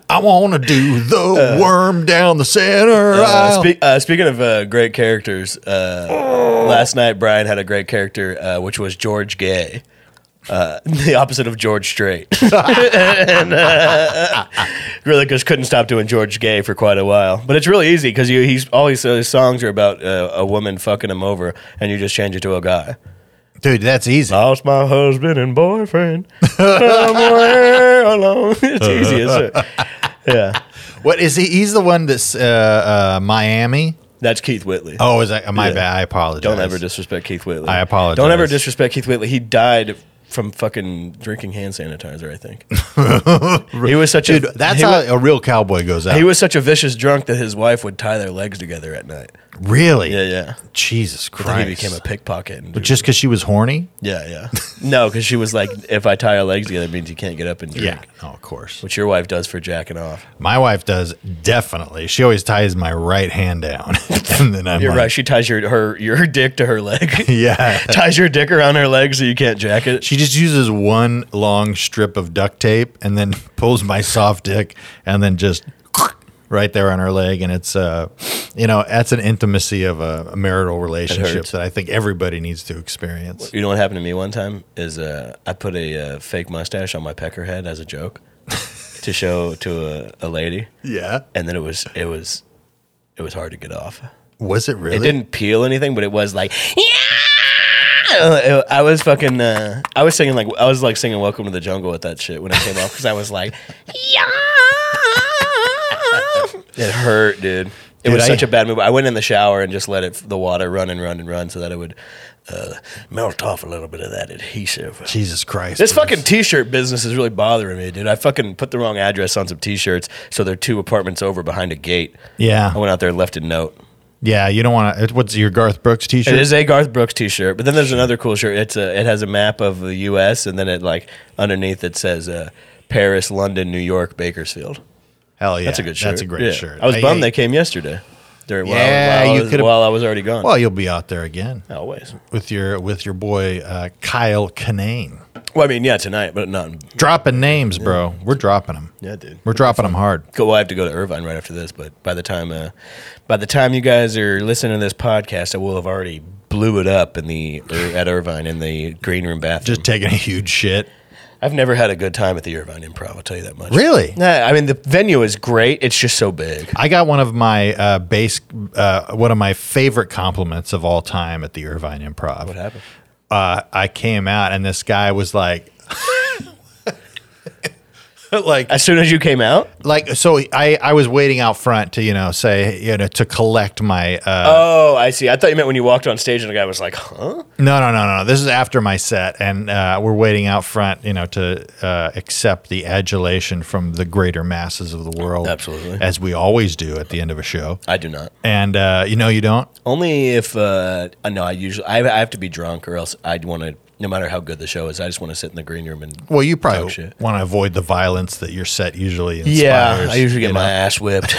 Speaker 1: I want to do the worm down the center
Speaker 2: Uh,
Speaker 1: aisle.
Speaker 2: spe- uh, speaking of uh, great Oh. characters, uh, last night Brian had a great character, uh, which was George Gay. uh, the opposite of George Strait. And, uh, really just couldn't stop doing George Gay for quite a while. But it's really easy because he's all his, his songs are about uh, a woman fucking him over, and you just change it to a guy.
Speaker 1: Dude, that's easy.
Speaker 2: Lost my husband and boyfriend somewhere alone. It's easy as it. Yeah,
Speaker 1: What is he? He's the one that's uh, uh, Miami.
Speaker 2: that's Keith Whitley.
Speaker 1: Oh, is that my
Speaker 2: Yeah.
Speaker 1: bad? I apologize.
Speaker 2: Don't ever disrespect Keith Whitley.
Speaker 1: I apologize.
Speaker 2: Don't ever disrespect Keith Whitley. He died from fucking drinking hand sanitizer. I think he was such
Speaker 1: Dude,
Speaker 2: a
Speaker 1: that's
Speaker 2: he
Speaker 1: how
Speaker 2: wa-
Speaker 1: a real cowboy goes out.
Speaker 2: he was such a vicious drunk that his wife would tie their legs together at night.
Speaker 1: really?
Speaker 2: Yeah, yeah.
Speaker 1: Jesus
Speaker 2: Then
Speaker 1: Christ.
Speaker 2: He became a pickpocket. And
Speaker 1: Just because she was horny?
Speaker 2: yeah, yeah. No, because she was like, if I tie our legs together, it means you can't get up and drink.
Speaker 1: Oh, of course.
Speaker 2: Which your wife does for jacking off.
Speaker 1: My wife does definitely. She always ties my right hand down, and then I'm
Speaker 2: You're
Speaker 1: like,
Speaker 2: right. She ties your her your dick to her leg.
Speaker 1: yeah.
Speaker 2: ties your dick around her leg so you can't jack it.
Speaker 1: She just uses one long strip of duct tape and then pulls my soft dick and then just right there on her leg. And it's, uh, you know, that's an intimacy of a, a marital relationship
Speaker 2: hurts.
Speaker 1: that I think everybody needs to experience.
Speaker 2: You know what happened to me one time is uh, I put a uh, fake mustache on my pecker head as a joke to show to a, a lady,
Speaker 1: Yeah.
Speaker 2: and then it was it was it was hard to get off.
Speaker 1: Was it
Speaker 2: It
Speaker 1: really?
Speaker 2: didn't peel anything, but it was like yeah. I was fucking uh, I was singing like I was like singing Welcome to the Jungle with that shit when it came off because I was like yeah. It hurt, dude. It
Speaker 1: Dude,
Speaker 2: was
Speaker 1: I-
Speaker 2: such a bad move. I went in the shower and just let it the water run and run and run so that it would uh, melt off a little bit of that adhesive.
Speaker 1: Jesus Christ.
Speaker 2: This
Speaker 1: Bruce.
Speaker 2: fucking t-shirt business is really bothering me, dude. I fucking put the wrong address on some t-shirts, so they're two apartments over behind a gate. I
Speaker 1: Yeah.
Speaker 2: went out there and left a note.
Speaker 1: Yeah. You don't want to. What's your Garth Brooks t
Speaker 2: It
Speaker 1: shirt?
Speaker 2: is a Garth Brooks T-shirt, but then there's another cool shirt. It's a it has a map of the U.S. and then it like underneath it says uh, Paris, London, New York, Bakersfield.
Speaker 1: Hell yeah.
Speaker 2: That's a good shirt.
Speaker 1: That's a great
Speaker 2: Yeah.
Speaker 1: shirt.
Speaker 2: I was bummed
Speaker 1: I-
Speaker 2: they came yesterday. During while,
Speaker 1: Yeah,
Speaker 2: while,
Speaker 1: you
Speaker 2: I was,
Speaker 1: could've-
Speaker 2: while I was already gone. Oh,
Speaker 1: Well, you'll be out there again
Speaker 2: Always.
Speaker 1: with your with your boy uh, Kyle Kinane.
Speaker 2: Well, I mean, yeah, tonight, but not.
Speaker 1: Dropping names, bro. We're dropping them.
Speaker 2: Yeah, dude.
Speaker 1: We're dropping them hard.
Speaker 2: Go. Well, I have to go to Irvine right after this, but by the time, uh, by the time you guys are listening to this podcast, I will have already blew it up in the Ir- at Irvine in the green room bathroom.
Speaker 1: Just taking a huge shit.
Speaker 2: I've never had a good time at the Irvine Improv. I'll tell you that much.
Speaker 1: Really?
Speaker 2: Nah, I mean the venue is great. It's just so big.
Speaker 1: I got one of my uh, base, uh, one of my favorite compliments of all time at the Irvine Improv.
Speaker 2: What happened?
Speaker 1: Uh, I came out and this guy was like, like
Speaker 2: As soon as you came out,
Speaker 1: like so I, I was waiting out front to you know say you know to collect my uh,
Speaker 2: oh, I see. I thought you meant when you walked on stage and the guy was like, "Huh?"
Speaker 1: no no no no this is after my set and uh, we're waiting out front you know to uh, accept the adulation from the greater masses of the world
Speaker 2: Absolutely.
Speaker 1: as we always do at the end of a show
Speaker 2: I do not.
Speaker 1: and uh, you know you don't
Speaker 2: Only if uh, uh, no, I usually I, I have to be drunk or else I'd want to. No matter how good the show is, I just want to sit in the green room and.
Speaker 1: Well, you
Speaker 2: Talk
Speaker 1: probably
Speaker 2: shit.
Speaker 1: want to avoid the violence that your set usually inspires.
Speaker 2: Yeah, I usually get
Speaker 1: you
Speaker 2: my
Speaker 1: know?
Speaker 2: ass whipped.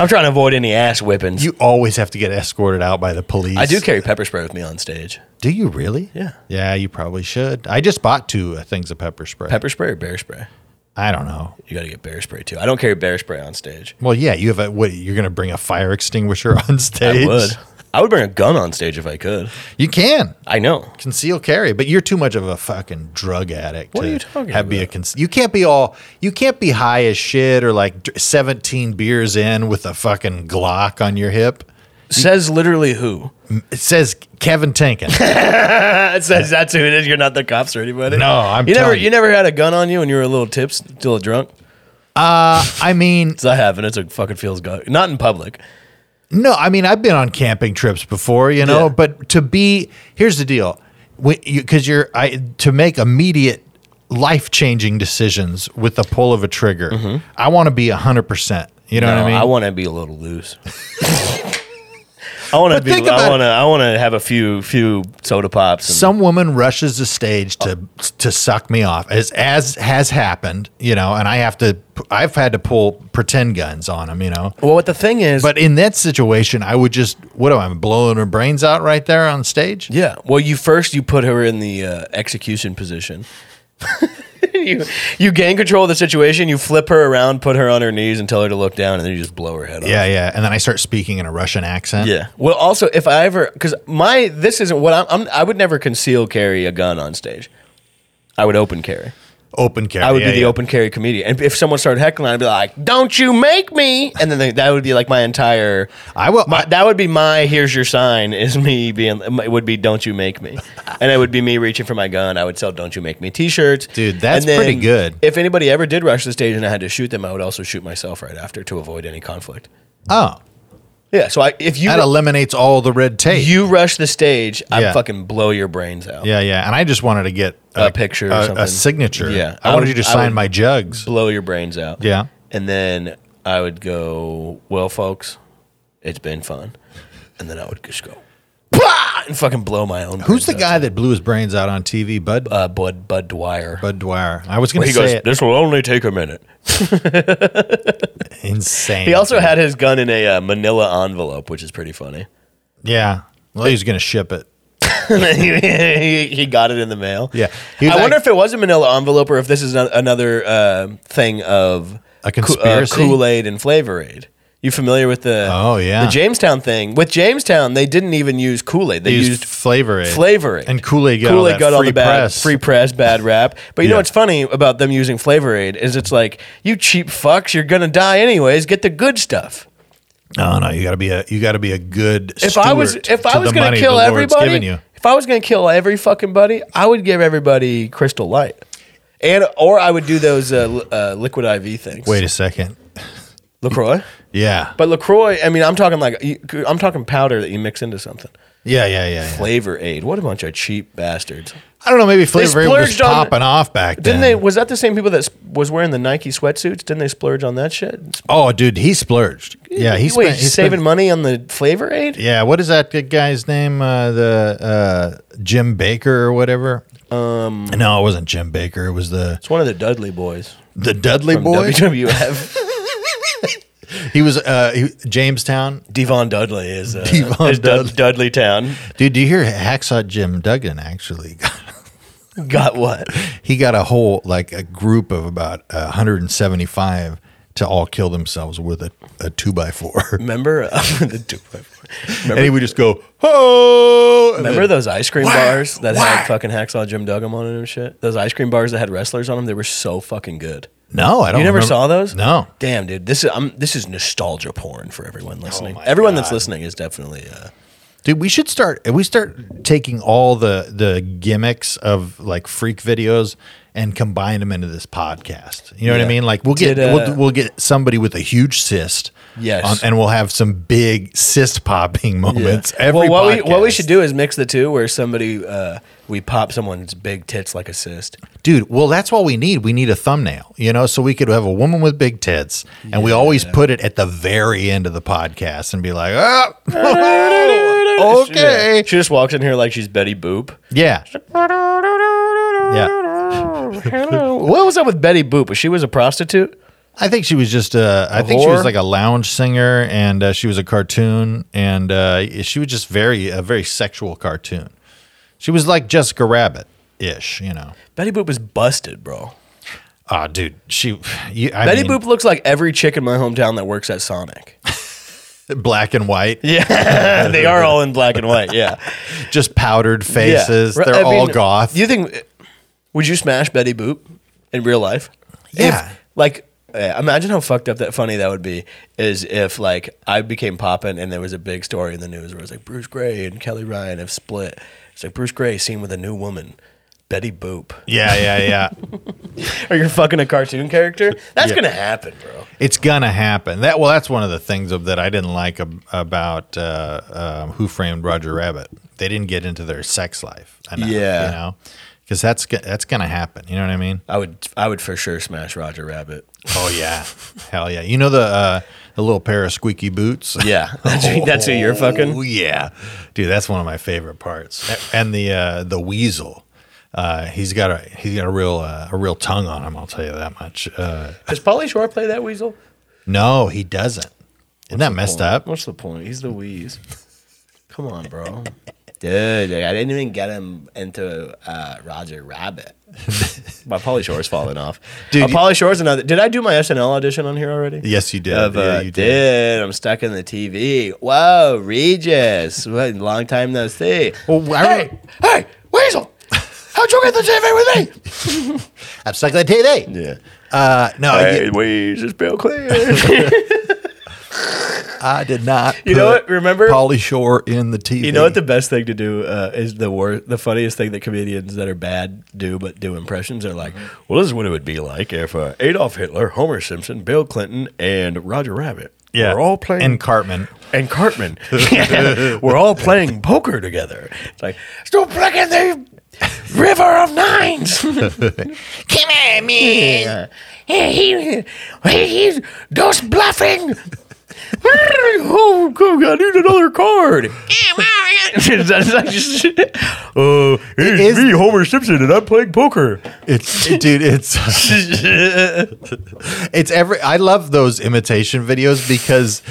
Speaker 2: I'm trying to avoid any ass whippings.
Speaker 1: You always have to get escorted out by the police.
Speaker 2: I do carry pepper spray with me on stage.
Speaker 1: Do you really?
Speaker 2: Yeah.
Speaker 1: Yeah, you probably should. I just bought two uh, things of pepper spray.
Speaker 2: Pepper spray or bear spray?
Speaker 1: I don't know.
Speaker 2: You got to get bear spray too. I don't carry bear spray on stage.
Speaker 1: Well, yeah, you have a. What you're going to bring a fire extinguisher
Speaker 2: I
Speaker 1: on stage?
Speaker 2: would. I would bring a gun on stage if I could.
Speaker 1: You can
Speaker 2: I know.
Speaker 1: conceal carry, but you're too much of a fucking drug addict.
Speaker 2: What
Speaker 1: to
Speaker 2: are you talking
Speaker 1: have Be a
Speaker 2: about?
Speaker 1: con- you can't be all. You can't be high as shit or like dr- 17 beers in with a fucking Glock on your hip.
Speaker 2: Says literally who?
Speaker 1: It says Kevin Tankin.
Speaker 2: That says that's who Uh, it is. You're not the cops or anybody.
Speaker 1: No, I'm
Speaker 2: You never,
Speaker 1: telling you.
Speaker 2: you. never had a gun on you when you were a little tips, still a drunk.
Speaker 1: I mean,
Speaker 2: 'Cause I have, and it's a fucking feels good. Not in public.
Speaker 1: No, I mean I've been on camping trips before, you know.
Speaker 2: Yeah.
Speaker 1: But to be here's the deal, because you, 'cause you're I, to make immediate life changing decisions with the pull of a trigger. I want to be hundred percent. You know
Speaker 2: Mm-hmm. No,
Speaker 1: what I mean?
Speaker 2: want to Uh, be a little loose. I want to be.
Speaker 1: think about
Speaker 2: I
Speaker 1: it.
Speaker 2: want to. I want to have a few, few soda pops. And,
Speaker 1: Some woman rushes the stage to to suck me off, as as has happened, you know. And I have to, I've had to pull pretend guns on them, you know.
Speaker 2: well, what the thing is,
Speaker 1: But in that situation, I would just what am I blowing her brains out right there on stage?
Speaker 2: yeah. Well, you first you put her in the uh, execution position. you you gain control of the situation. You flip her around, put her on her knees, and tell her to look down, and then you just blow her head off.
Speaker 1: Yeah, yeah. And then I start speaking in a Russian accent.
Speaker 2: Yeah. Well, also, if I ever, because my this isn't what I'm, I'm. I would never conceal carry a gun on stage. I would open carry.
Speaker 1: Open carry.
Speaker 2: I would
Speaker 1: yeah,
Speaker 2: be the
Speaker 1: yeah.
Speaker 2: open carry comedian. And if someone started heckling, I'd be like, "Don't you make me!" And then they, that would be like my entire.
Speaker 1: I will.
Speaker 2: My, that would be my. Here's your sign. Is me being. It would be. Don't you make me? And it would be me reaching for my gun. I would sell. Don't you make me T-shirts,
Speaker 1: Dude, that's
Speaker 2: And then
Speaker 1: pretty good.
Speaker 2: If anybody ever did rush the stage and I had to shoot them, I would also shoot myself right after to avoid any conflict.
Speaker 1: oh,
Speaker 2: Yeah. So I, if you
Speaker 1: that eliminates all the red tape.
Speaker 2: you rush the stage,
Speaker 1: Yeah.
Speaker 2: I'd fucking blow your brains out.
Speaker 1: yeah, yeah. And I just wanted to get
Speaker 2: A picture or
Speaker 1: a,
Speaker 2: something.
Speaker 1: a signature.
Speaker 2: Yeah.
Speaker 1: I,
Speaker 2: I
Speaker 1: wanted
Speaker 2: would-
Speaker 1: you to
Speaker 2: I
Speaker 1: sign
Speaker 2: would-
Speaker 1: my jugs.
Speaker 2: blow your brains out.
Speaker 1: Yeah.
Speaker 2: And then I would go, well, folks, it's been fun. And then I would just go, "Pah!" and fucking blow my own.
Speaker 1: Who's the
Speaker 2: brains
Speaker 1: guy that blew his brains out on TV? Bud
Speaker 2: out. Uh, Bud Bud Dwyer.
Speaker 1: Bud Dwyer. I was going to
Speaker 2: he
Speaker 1: say
Speaker 2: goes,
Speaker 1: it.
Speaker 2: this will only take a minute.
Speaker 1: Insane.
Speaker 2: He also had his gun in a uh, manila envelope, which is pretty funny.
Speaker 1: Yeah. Well, he's going to ship it.
Speaker 2: he, he got it in the mail.
Speaker 1: Yeah.
Speaker 2: I
Speaker 1: He was
Speaker 2: wonder
Speaker 1: like-
Speaker 2: if it was a manila envelope or if this is an- another uh, thing of
Speaker 1: A conspiracy?
Speaker 2: Kool Aid and Flavor Aid. You familiar with the
Speaker 1: Oh, yeah.
Speaker 2: the Jamestown thing? With Jamestown, they didn't even use Kool Aid. They
Speaker 1: He used
Speaker 2: used
Speaker 1: Flavor Aid.
Speaker 2: Flavor Aid.
Speaker 1: And Kool Aid got all
Speaker 2: Kool
Speaker 1: that
Speaker 2: Aid got
Speaker 1: free
Speaker 2: all the bad
Speaker 1: press.
Speaker 2: free press, bad rap. But you
Speaker 1: Yeah.
Speaker 2: know what's funny about them using Flavor Aid is it's like you cheap fucks, you're gonna die anyways. Get the good stuff.
Speaker 1: No, no, you got to be a you got to be a good.
Speaker 2: If I was
Speaker 1: steward
Speaker 2: if I
Speaker 1: to
Speaker 2: was
Speaker 1: the
Speaker 2: gonna
Speaker 1: money
Speaker 2: kill
Speaker 1: the Lord's
Speaker 2: everybody,
Speaker 1: given you.
Speaker 2: if I was gonna kill every fucking buddy, I would give everybody Crystal Light, and or I would do those uh, li- uh, Liquid IV things.
Speaker 1: Wait a second.
Speaker 2: Lacroix.
Speaker 1: Yeah.
Speaker 2: But Lacroix, I mean, I'm talking like you- I'm talking powder that you mix into something.
Speaker 1: yeah, yeah, yeah, yeah.
Speaker 2: Flavor Aid. What a bunch of cheap bastards.
Speaker 1: I don't know. Maybe Flavor Aid was
Speaker 2: splurged on-
Speaker 1: popping off back
Speaker 2: Didn't
Speaker 1: then.
Speaker 2: they? Was that the same people that s- was wearing the Nike sweatsuits? Didn't they splurge on that shit?
Speaker 1: Oh, dude, he splurged. Yeah, he
Speaker 2: Wait,
Speaker 1: spent, he
Speaker 2: he's saving
Speaker 1: Spent,
Speaker 2: money on the Flavor Aid.
Speaker 1: yeah, what is that good guy's name? Uh, the uh, Jim Baker or whatever. Um, no, it wasn't Jim Baker. It was the
Speaker 2: It's one of the Dudley boys.
Speaker 1: the Dudley
Speaker 2: from
Speaker 1: boy.
Speaker 2: WWF.
Speaker 1: he was uh, he, Jamestown.
Speaker 2: Devon Dudley is uh,
Speaker 1: Devon
Speaker 2: is Dud- Dudley Town.
Speaker 1: Dude, do you hear Hacksaw Jim Duggan actually?
Speaker 2: Got what?
Speaker 1: he got a whole like a group of about uh, 175 to all kill themselves with a, a two by four.
Speaker 2: Remember uh, the two by four.
Speaker 1: and he would just go, oh, and
Speaker 2: Remember
Speaker 1: then-
Speaker 2: those ice cream
Speaker 1: Wah!
Speaker 2: bars that
Speaker 1: Wah!
Speaker 2: had fucking hacksaw Jim Duggan on it and shit? Those ice cream bars that had wrestlers on them, they were so fucking good.
Speaker 1: no, I don't.
Speaker 2: You never
Speaker 1: remember-
Speaker 2: saw those?
Speaker 1: No.
Speaker 2: Damn, dude. This is I'm, this is nostalgia porn for everyone listening.
Speaker 1: my
Speaker 2: everyone that's
Speaker 1: God.
Speaker 2: listening is definitely uh,
Speaker 1: Dude, we should start. if We start taking all the the gimmicks of like freak videos and combine them into this podcast. You know what I
Speaker 2: Yeah.
Speaker 1: mean? Like we'll get
Speaker 2: Did, uh,
Speaker 1: we'll, we'll get somebody with a huge cyst.
Speaker 2: Yes.
Speaker 1: and we'll have some big cyst popping moments. Every
Speaker 2: well, what we what we
Speaker 1: podcast.
Speaker 2: should do is mix the two, where somebody uh, we pop someone's big tits like a cyst.
Speaker 1: Dude, well, that's all we need. We need a thumbnail, you know, so we could have a woman with big tits, and we always put it at the very end of the podcast and be like, oh, okay.
Speaker 2: She just walks in here like she's Betty Boop.
Speaker 1: Yeah. Yeah.
Speaker 2: what was up with Betty Boop? Was she was a prostitute?
Speaker 1: I think she was just, uh, I think she was
Speaker 2: whore?
Speaker 1: like a lounge singer and uh, she was a cartoon and uh, she was just very, a very sexual cartoon. She was like Jessica Rabbit ish, you know.
Speaker 2: Betty Boop was busted, bro.
Speaker 1: Ah, dude, she, you, I
Speaker 2: Betty
Speaker 1: mean,
Speaker 2: Boop looks like every chick in my hometown that works at Sonic.
Speaker 1: black and white,
Speaker 2: Yeah, they are all in black and white. Yeah,
Speaker 1: just powdered
Speaker 2: Yeah.
Speaker 1: faces.
Speaker 2: Right,
Speaker 1: They're
Speaker 2: I
Speaker 1: all
Speaker 2: mean,
Speaker 1: goth.
Speaker 2: You think? Would you smash Betty Boop in real life? If,
Speaker 1: Yeah.
Speaker 2: like, eh, imagine how fucked up that funny that would be. Is if like I became poppin' and there was a big story in the news where it was like Bruce Gray and Kelly Ryan have split. It's like Bruce Gray seen with a new woman. Betty Boop.
Speaker 1: Yeah, yeah, yeah.
Speaker 2: Or you're fucking a cartoon character? That's
Speaker 1: Yeah.
Speaker 2: gonna happen, bro.
Speaker 1: it's gonna happen. That well, that's one of the things of, that I didn't like ab- about uh, um, Who Framed Roger Rabbit. They didn't get into their sex life. Enough,
Speaker 2: Yeah.
Speaker 1: you know, because that's go- that's gonna happen. You know what I mean?
Speaker 2: I would I would for sure smash Roger Rabbit.
Speaker 1: Oh yeah, hell yeah. You know the uh, the little pair of squeaky boots.
Speaker 2: Yeah. That's, who- that's who you're
Speaker 1: Oh
Speaker 2: fucking.
Speaker 1: yeah, dude, that's one of my favorite parts. And the uh, the weasel. Uh, he's got a he's got a real uh, a real tongue on him. I'll tell you that much. Uh,
Speaker 2: Does Polly Shore play that weasel?
Speaker 1: no, he doesn't. Isn't that messed up?
Speaker 2: What's the point? He's the wheeze. Come on, bro. Dude, I didn't even get him into uh, Roger Rabbit. my Polly Shore's falling off.
Speaker 1: Dude,
Speaker 2: Dude, uh,
Speaker 1: you-
Speaker 2: Polly Shore's another. Did I do my SNL audition on here already?
Speaker 1: Yes, you did.
Speaker 2: Of, uh,
Speaker 1: Yeah, you
Speaker 2: dude,
Speaker 1: did.
Speaker 2: I'm stuck in the TV. Whoa, Regis. What, long time no see.
Speaker 1: Well, I re-
Speaker 2: hey, Weasel. How'd you get the TV with me?
Speaker 1: I'm stuck on TV.
Speaker 2: Yeah.
Speaker 1: Uh, no, you-
Speaker 2: Weasel, Bill Clear.
Speaker 1: I did not.
Speaker 2: You know
Speaker 1: put
Speaker 2: what? Remember-
Speaker 1: Pauly Shore in the TV.
Speaker 2: You know what the best thing to do uh, is the wor- the funniest thing that comedians that are bad do but do impressions are like, well, this is what it would be like if uh, Adolf Hitler, Homer Simpson, Bill Clinton, and Roger Rabbit
Speaker 1: yeah,
Speaker 2: were all playing
Speaker 1: and
Speaker 2: and,
Speaker 1: Cartman.
Speaker 2: Cartman were all playing poker together. It's like still in the river of nines.
Speaker 3: Come on, man.
Speaker 2: yeah. he, he, he's just bluffing. oh, God, I need another card.
Speaker 3: Come on.
Speaker 2: oh, it's
Speaker 1: is-
Speaker 2: me, Homer Simpson, and I'm playing poker.
Speaker 1: It's dude. It's it's every. I love those imitation videos because.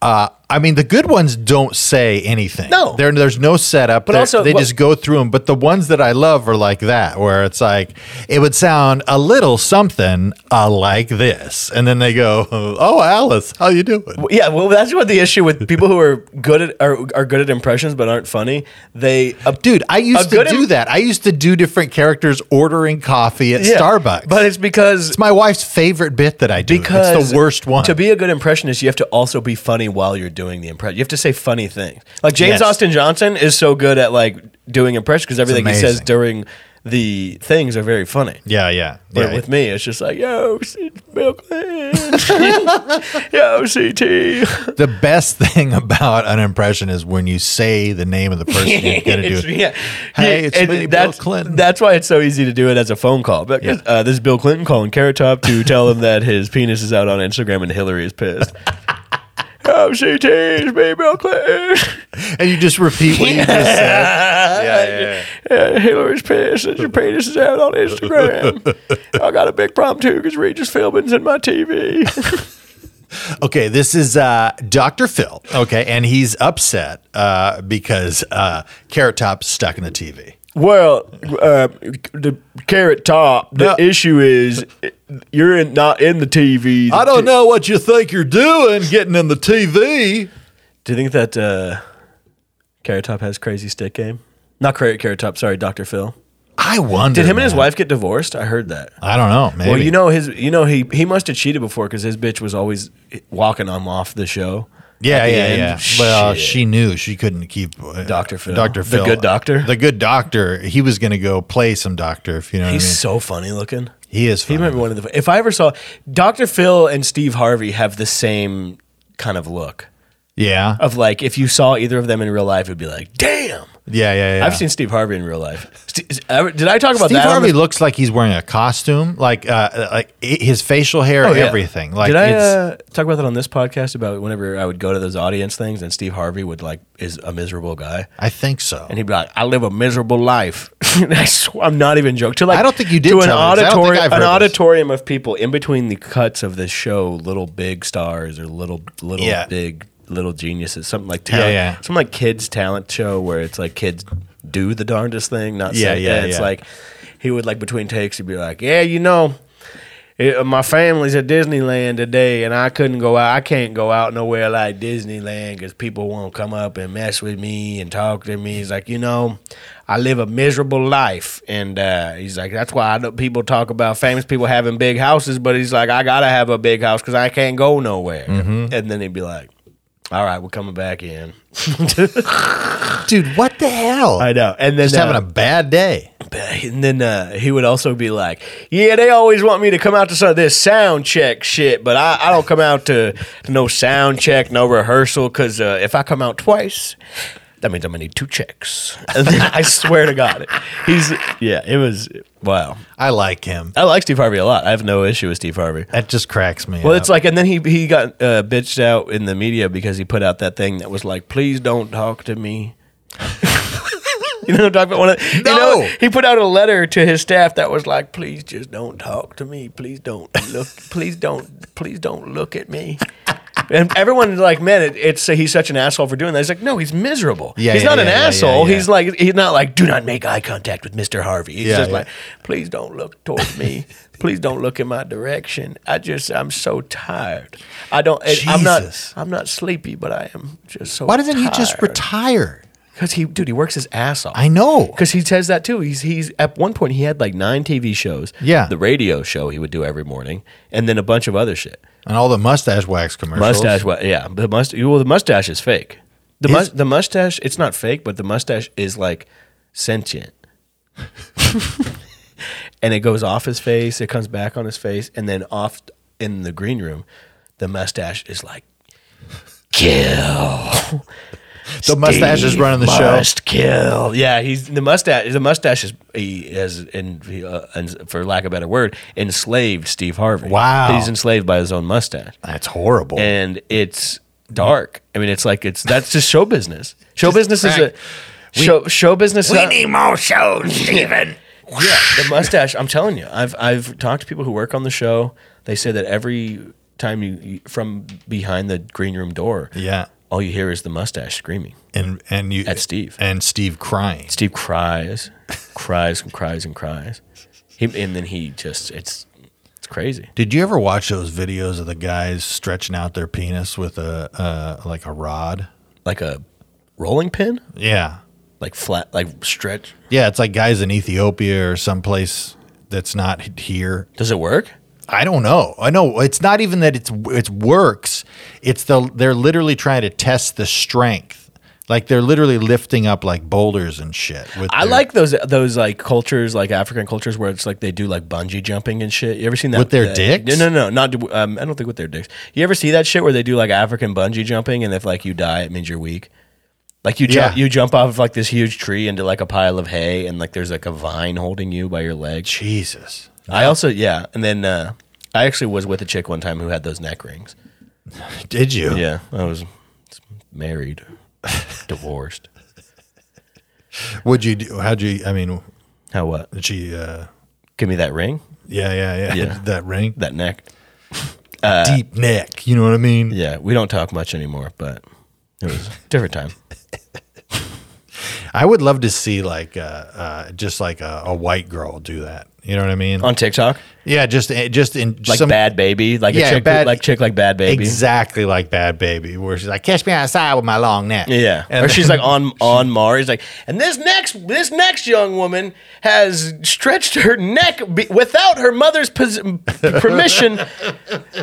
Speaker 1: Uh, I mean, the good ones don't say anything.
Speaker 2: No.
Speaker 1: there, there's no setup. But
Speaker 2: also,
Speaker 1: they
Speaker 2: what-
Speaker 1: just go through them. But the ones that I love are like that, where it's like it would sound a little something uh, like this, and then they go, "Oh, Alice, how you doing?"
Speaker 2: yeah, well, that's what the issue with people who are good at are, are good at impressions but aren't funny. They uh,
Speaker 1: Dude, I used to
Speaker 2: good
Speaker 1: do
Speaker 2: im-
Speaker 1: that. I used to do different characters ordering coffee at
Speaker 2: yeah,
Speaker 1: Starbucks.
Speaker 2: but it's because
Speaker 1: it's my wife's favorite bit that I do.
Speaker 2: because
Speaker 1: it's the worst one.
Speaker 2: To be a good impressionist, you have to also be funny while you're doing the impression. You have to say funny things. Like James
Speaker 1: Yes.
Speaker 2: Austin Johnson is so good at like doing impressions because everything he says
Speaker 1: amazing.
Speaker 2: during the things are very funny.
Speaker 1: yeah, yeah.
Speaker 2: But
Speaker 1: yeah.
Speaker 2: with me, it's just like, yo, C- Bill Clinton. yo, CT.
Speaker 1: the best thing about an impression is when you say the name of the person you're going to do.
Speaker 2: It's-
Speaker 1: it.
Speaker 2: yeah.
Speaker 1: Hey,
Speaker 2: Yeah,
Speaker 1: it's
Speaker 2: and
Speaker 1: me, Bill
Speaker 2: that's,
Speaker 1: Clinton.
Speaker 2: That's why it's so easy to do it as a phone call. But uh, this is Bill Clinton calling Carrot Top to tell him that his penis is out on Instagram and Hillary is pissed. yo, CT, it's me, Bill Clinton.
Speaker 1: And you just repeat what you just said. yeah, yeah.
Speaker 2: Yeah, Hillary's pissed that your penis is out on Instagram. I got a big problem, too, because Regis Philbin's in my TV.
Speaker 1: Okay, this is uh, Dr. Phil. Okay, and he's upset uh, because uh, Carrot Top's stuck in the TV.
Speaker 2: Well, uh, the carrot top. The
Speaker 1: No.
Speaker 2: issue is you're in, not in the TV.
Speaker 1: I don't know what you think you're doing getting in the TV.
Speaker 2: Do you think that uh, carrot top has crazy stick game? Not carrot carrot top. Sorry, Doctor Phil.
Speaker 1: I wonder.
Speaker 2: Did him and his
Speaker 1: man.
Speaker 2: wife get divorced? I heard that.
Speaker 1: I don't know. Maybe.
Speaker 2: Well, you know his. You know he he must have cheated before because his bitch was always walking him off the show.
Speaker 1: Yeah,
Speaker 2: at the
Speaker 1: yeah,
Speaker 2: end.
Speaker 1: yeah. Well,
Speaker 2: Shit.
Speaker 1: she knew she couldn't keep uh,
Speaker 2: Dr. Phil.
Speaker 1: Dr.
Speaker 2: The
Speaker 1: Phil.
Speaker 2: good doctor?
Speaker 1: The good doctor. He was going to go play some doctor, if you know
Speaker 2: He's
Speaker 1: what
Speaker 2: so funny looking.
Speaker 1: I mean. He is
Speaker 2: He
Speaker 1: funny.
Speaker 2: might be one of the. If I ever saw Doctor Phil and Steve Harvey have the same kind of look.
Speaker 1: yeah.
Speaker 2: of like if you saw either of them in real life, it'd be like, damn.
Speaker 1: yeah, yeah, yeah.
Speaker 2: I've seen Steve Harvey in real life. Ste- is- ever- Did I talk about
Speaker 1: Steve
Speaker 2: that? on
Speaker 1: Harvey
Speaker 2: the-
Speaker 1: looks like he's wearing a costume, like uh, like i- his facial hair,
Speaker 2: Oh, yeah.
Speaker 1: everything. Like
Speaker 2: Did I
Speaker 1: it's,
Speaker 2: uh, talk about that on this podcast about whenever I would go to those audience things and Steve Harvey would like is a miserable guy
Speaker 1: I think so.
Speaker 2: and he'd be like, "I live a miserable life." I swear- I'm not even joking. To like,
Speaker 1: I don't think you did
Speaker 2: to an
Speaker 1: tell me this. I don't think
Speaker 2: auditorium, an
Speaker 1: I've heard this.
Speaker 2: auditorium of people in between the cuts of this show, little big stars or little little
Speaker 1: Yeah.
Speaker 2: big little geniuses, something like talent,
Speaker 1: Yeah, yeah.
Speaker 2: something like kids talent show where it's like kids do the darndest thing, not
Speaker 1: Yeah,
Speaker 2: say,
Speaker 1: yeah,
Speaker 2: It's
Speaker 1: yeah.
Speaker 2: like he would like between takes, he'd be like, "Yeah, you know." It, uh, my family's at Disneyland today, and I couldn't go out. I can't go out nowhere like Disneyland because people won't come up and mess with me and talk to me. He's like, you know, I live a miserable life, and uh, he's like, that's why I know people talk about famous people having big houses, but he's like, I gotta have a big house because I can't go nowhere. And then he'd be like, all right, we're coming back in.
Speaker 1: Dude, what the hell?
Speaker 2: I know. And then
Speaker 1: Just having
Speaker 2: uh,
Speaker 1: a bad day.
Speaker 2: and then uh, he would also be like, "Yeah, they always want me to come out to some of this sound check shit, but I, I don't come out to, to no sound check, no rehearsal, because uh, if I come out twice, that means I'm gonna need two checks." And then I swear to God, he's yeah, it was wow.
Speaker 1: I like him.
Speaker 2: I like Steve Harvey a lot. I have no issue with Steve Harvey.
Speaker 1: That just cracks me.
Speaker 2: Well,
Speaker 1: up.
Speaker 2: it's like, and then he he got uh, bitched out in the media because he put out that thing that was like, "Please don't talk to me." you know, what I'm talking about one of you know,
Speaker 1: No.
Speaker 2: he put out a letter to his staff that was like, "Please just don't talk to me. Please don't look. Please don't. Please don't look at me." and everyone's like, man, it, it's he's such an asshole for doing that. He's like, no, he's miserable.
Speaker 1: Yeah,
Speaker 2: he's
Speaker 1: yeah,
Speaker 2: not an
Speaker 1: yeah, yeah, yeah,
Speaker 2: asshole.
Speaker 1: yeah.
Speaker 2: He's like, he's not like, do not make eye contact with Mr. Harvey. He's
Speaker 1: Yeah,
Speaker 2: just
Speaker 1: yeah.
Speaker 2: like, please don't look towards me. Please don't look in my direction. I just, I'm so tired. I don't. and I'm
Speaker 1: Jesus.
Speaker 2: not. I'm not sleepy, but I am just so.
Speaker 1: Why doesn't he just
Speaker 2: tired.
Speaker 1: retire?
Speaker 2: Because he, dude, he works his ass off.
Speaker 1: I know.
Speaker 2: Because he says that too. He's he's at one point he had like nine TV shows.
Speaker 1: Yeah.
Speaker 2: The radio show he would do every morning, and then a bunch of other shit.
Speaker 1: And all the mustache wax commercials.
Speaker 2: Mustache, wa- yeah. The must. Well, the mustache is fake. The
Speaker 1: Is-
Speaker 2: mus- the mustache. It's not fake, but the mustache is like sentient. and it goes off his face. It comes back on his face, and then off in the green room, the mustache is like kill.
Speaker 1: The mustache is
Speaker 2: Steve
Speaker 1: running the show.
Speaker 2: must Kill. Yeah, he's the mustache. The mustache is he has, in, he, uh, and for lack of a better word, enslaved Steve Harvey.
Speaker 1: Wow.
Speaker 2: he's enslaved by his own mustache,
Speaker 1: That's horrible.
Speaker 2: and it's dark. I mean, it's like it's that's just show business. Show business is a
Speaker 1: crack.
Speaker 2: show. Show business. is
Speaker 3: We
Speaker 2: a-
Speaker 3: need more shows, Steven.
Speaker 2: yeah, the mustache. I'm telling you, I've I've talked to people who work on the show. They say that every time you, you from behind the green room door,
Speaker 1: yeah.
Speaker 2: all you hear is the mustache screaming.
Speaker 1: And and you
Speaker 2: At Steve.
Speaker 1: And Steve crying.
Speaker 2: Steve cries, cries and cries and cries. He, and then he just it's it's crazy.
Speaker 1: Did you ever watch those videos of the guys stretching out their penis with a uh, like a rod?
Speaker 2: Like a rolling pin,
Speaker 1: Yeah.
Speaker 2: like flat, like stretch.
Speaker 1: Yeah, it's like guys in Ethiopia or someplace that's not h- here.
Speaker 2: Does it work?
Speaker 1: I don't know. I know it's not even that it's it's works. It's the they're literally trying to test the strength. Like they're literally lifting up like boulders and shit. With
Speaker 2: I
Speaker 1: their-
Speaker 2: like those those like cultures, like African cultures, where it's like they do like bungee jumping and shit. You ever seen that
Speaker 1: With their
Speaker 2: uh,
Speaker 1: dicks?
Speaker 2: No, no, no, not. Um, I don't think with their dicks. You ever see that shit where they do like African bungee jumping, and if like you die, it means you're weak. Like you jump,
Speaker 1: Yeah.
Speaker 2: you jump off of like this huge tree into like a pile of hay, and like there's like a vine holding you by your leg.
Speaker 1: Jesus.
Speaker 2: I also yeah, and then uh, I actually was with a chick one time who had those neck rings.
Speaker 1: Did you?
Speaker 2: Yeah, I was married, divorced.
Speaker 1: Would you do? How'd you? I mean,
Speaker 2: How what?
Speaker 1: did she? Uh,
Speaker 2: Give me that ring,
Speaker 1: yeah, yeah, yeah.
Speaker 2: Yeah.
Speaker 1: that ring,
Speaker 2: that neck.
Speaker 1: deep neck. You know what I mean?
Speaker 2: Yeah, we don't talk much anymore, but it was a different time.
Speaker 1: I would love to see like uh, uh, just like a, a white girl do that. You know what I mean?
Speaker 2: On TikTok,
Speaker 1: yeah, just eh, just in just
Speaker 2: like bad baby, like a
Speaker 1: Yeah,
Speaker 2: chick,
Speaker 1: bad-
Speaker 2: like chick, like bad baby.
Speaker 1: exactly like bad baby, where she's like, "Catch me outside with my long neck."
Speaker 2: Yeah,
Speaker 1: And
Speaker 2: or she's
Speaker 1: then-
Speaker 2: like on on Mars, like, and this next this next young woman has stretched her neck be- without her mother's pos- permission,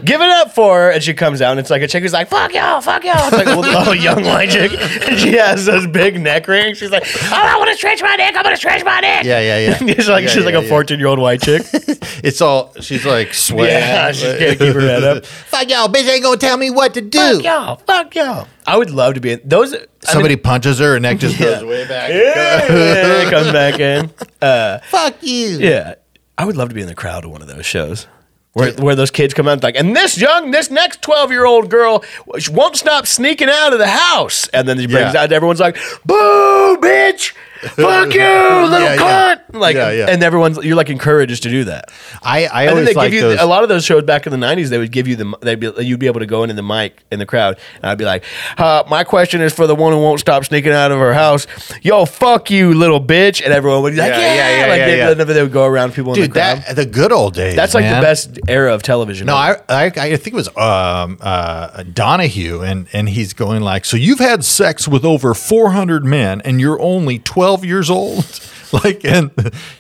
Speaker 2: given up for her, and she comes out, and it's like a chick who's like, "Fuck y'all, fuck y'all." It's like, well, oh, young white chick, and she has those big neck rings. She's like, "Ah."
Speaker 3: Oh, I want to stretch my neck. I'm going to stretch my neck.
Speaker 1: "Yeah, yeah, yeah."
Speaker 2: she's like,
Speaker 1: Yeah,
Speaker 2: she's like
Speaker 1: yeah,
Speaker 2: a fourteen year old white chick.
Speaker 1: yeah. It's all she's like sweating.
Speaker 2: yeah, she's can't keep her head up.
Speaker 1: Fuck y'all, bitch! Ain't gonna tell me what to do.
Speaker 2: Fuck y'all, fuck y'all. I would love to be in those.
Speaker 1: Somebody punches her, her neck just
Speaker 2: Yeah.
Speaker 1: goes way back.
Speaker 2: I mean, yeah, comes back in.
Speaker 1: Fuck you.
Speaker 2: Yeah, I would love to be in the crowd of one of those shows. Where, where those kids come out like, and this young, this next twelve year old girl she won't stop sneaking out of the house, and then she brings
Speaker 1: Yeah.
Speaker 2: out everyone's like, "Boo, bitch, fuck you, little
Speaker 1: Yeah, yeah.
Speaker 2: cunt!" Like,
Speaker 1: Yeah, yeah.
Speaker 2: and everyone's you're like encouraged to do that.
Speaker 1: I I
Speaker 2: And then they
Speaker 1: always
Speaker 2: give
Speaker 1: like
Speaker 2: you
Speaker 1: those.
Speaker 2: a lot of those shows back in the '90s. They would give you the they'd be you'd be able to go into the mic in the crowd, and I'd be like, uh, "My question is for the one who won't stop sneaking out of her house. Yo, fuck you, little bitch!" And everyone would be like, "Yeah,
Speaker 1: Yeah, yeah, yeah,
Speaker 2: like
Speaker 1: yeah,
Speaker 2: they,
Speaker 1: yeah.
Speaker 2: then they would go around people in
Speaker 1: Dude,
Speaker 2: the crowd.
Speaker 1: that the good old days.
Speaker 2: That's like
Speaker 1: man.
Speaker 2: the best era of television.
Speaker 1: No, I, I I think it was um, uh, Donahue, and and he's going like, so you've had sex with over four hundred men, and you're only twelve years old. Like, and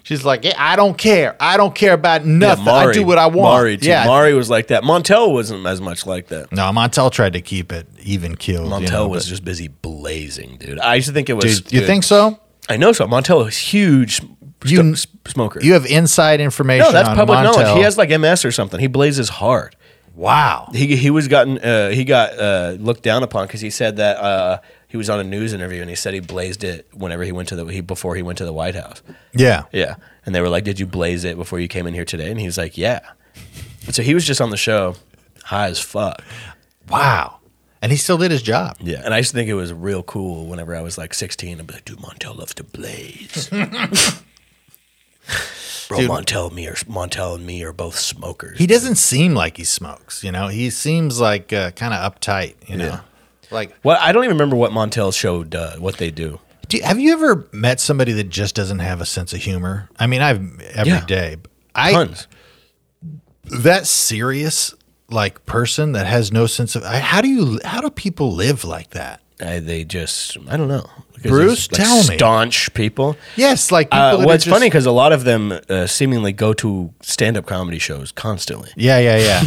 Speaker 1: she's like, yeah, I don't care. I don't care about
Speaker 2: Yeah,
Speaker 1: nothing. I do what I want.
Speaker 2: Mari, too.
Speaker 1: yeah.
Speaker 2: Mari was like that. Montel wasn't as much like that.
Speaker 1: no, Montel tried to keep it even killed.
Speaker 2: Montel
Speaker 1: you know,
Speaker 2: was just busy blazing, dude. I used to think it
Speaker 1: but-
Speaker 2: was.
Speaker 1: Dude, you
Speaker 2: dude,
Speaker 1: think so?
Speaker 2: I know so. Montel was huge.
Speaker 1: You-
Speaker 2: You, smoker.
Speaker 1: You have inside information.
Speaker 2: no, that's
Speaker 1: on
Speaker 2: public
Speaker 1: Montel.
Speaker 2: knowledge. He has like MS or something. He blazes hard.
Speaker 1: wow.
Speaker 2: he he was gotten uh, he got uh, looked down upon because he said that uh, he was on a news interview and he said he blazed it whenever he went to the he before he went to the White House.
Speaker 1: Yeah.
Speaker 2: Yeah, and they were like, "Did you blaze it before you came in here today?" And he was like, "Yeah." And so he was just on the show, high as fuck.
Speaker 1: Wow. And he still did his job.
Speaker 2: Yeah, and I used to think it was real cool whenever I was like 16. I'd be like, "Dude, Montel loves to blaze." Bro,
Speaker 1: Dude.
Speaker 2: Montel and me are Montel and me are both smokers.
Speaker 1: He doesn't seem like he smokes. You know, he seems like uh, kind of uptight. You know, like
Speaker 2: well, I don't even remember what Montel's show does, what they do.
Speaker 1: Do you, have you ever met somebody that just doesn't have a sense of humor? I mean, I've every
Speaker 2: Yeah.
Speaker 1: day. I
Speaker 2: Tons.
Speaker 1: that serious like person that has no sense of I, how do you how do people live like that?
Speaker 2: I, Uh, they just I don't know. Because
Speaker 1: Bruce,
Speaker 2: there's,
Speaker 1: tell me.
Speaker 2: Staunch people.
Speaker 1: Yes, like people
Speaker 2: Uh,
Speaker 1: that are
Speaker 2: well, it's
Speaker 1: just-
Speaker 2: funny because a lot of them uh, seemingly go to stand-up comedy shows constantly.
Speaker 1: Yeah, yeah, yeah.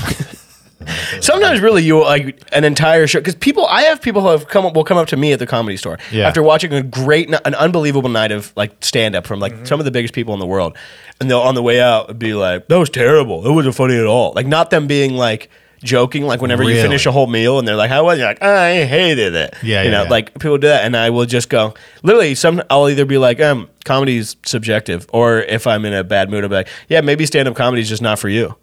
Speaker 2: Sometimes, really, you like an entire show because people. I have people who have come up, will come up to me at the comedy store
Speaker 1: Yeah.
Speaker 2: after watching a great, n- an unbelievable night of like stand-up from
Speaker 1: Mm-hmm.
Speaker 2: like some of the biggest people in the world, and they'll on the way out be like, "That was terrible. It wasn't funny at all." Like, not them being like joking. Like whenever you
Speaker 1: Really?
Speaker 2: finish a whole meal and they're like, "How was it?" You're like, "Ah, "I hated it."
Speaker 1: Yeah,
Speaker 2: you
Speaker 1: yeah,
Speaker 2: know,
Speaker 1: yeah.
Speaker 2: like people do that, and I will just go. Literally, some I'll either be like, "Um, comedy's subjective," or if I'm in a bad mood, I'll be like, "Yeah, maybe stand-up comedy's just not for you."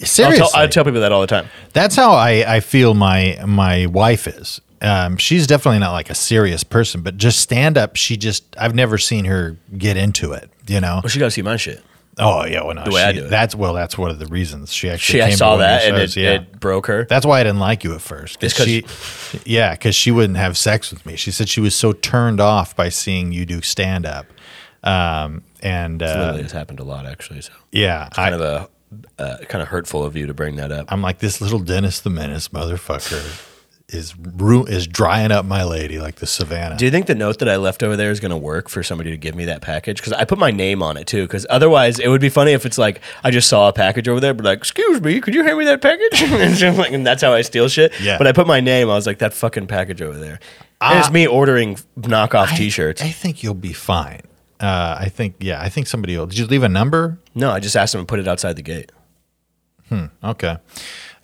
Speaker 2: I'll
Speaker 1: Seriously,
Speaker 2: tell, I tell people that all the time.
Speaker 1: that's how I I feel my my wife is. Um, she's definitely not like a serious person, but just stand up. She just I've never seen her get into it. You know,
Speaker 2: Well, she got to see my shit.
Speaker 1: Oh yeah, well, no,
Speaker 2: way
Speaker 1: she-
Speaker 2: I do it.
Speaker 1: That's well, that's one of the reasons she
Speaker 2: She,
Speaker 1: actually. came
Speaker 2: I
Speaker 1: to
Speaker 2: saw
Speaker 1: one of your
Speaker 2: that and
Speaker 1: shows,
Speaker 2: it, it broke her.
Speaker 1: that's why I didn't like you at first.
Speaker 2: It's 'cause-
Speaker 1: Cause she, yeah, because she wouldn't have sex with me. She said she was so turned off by seeing you do stand up, um, and uh,
Speaker 2: Literally, this happened a lot actually. So
Speaker 1: yeah,
Speaker 2: kind
Speaker 1: I,
Speaker 2: of a uh, kind of hurtful of you to bring that up.
Speaker 1: I'm like this little Dennis the Menace motherfucker is ru- is drying up my lady like the Savannah.
Speaker 2: Do you think the note that I left over there is going to work for somebody to give me that package? Because I put my name on it too. Because otherwise, it would be funny if it's like I just saw a package over there, but like, excuse me, could you hand me that package? and, so I'm like, and that's how I steal shit.
Speaker 1: Yeah.
Speaker 2: But I put my name. I was like, that fucking package over there. and
Speaker 1: Ah.
Speaker 2: it's me ordering knockoff
Speaker 1: I-
Speaker 2: T-shirts.
Speaker 1: I, think you'll be fine. Uh, I think yeah, I think somebody will. Did you leave a number?
Speaker 2: no, I just asked them to put it outside the gate.
Speaker 1: Okay.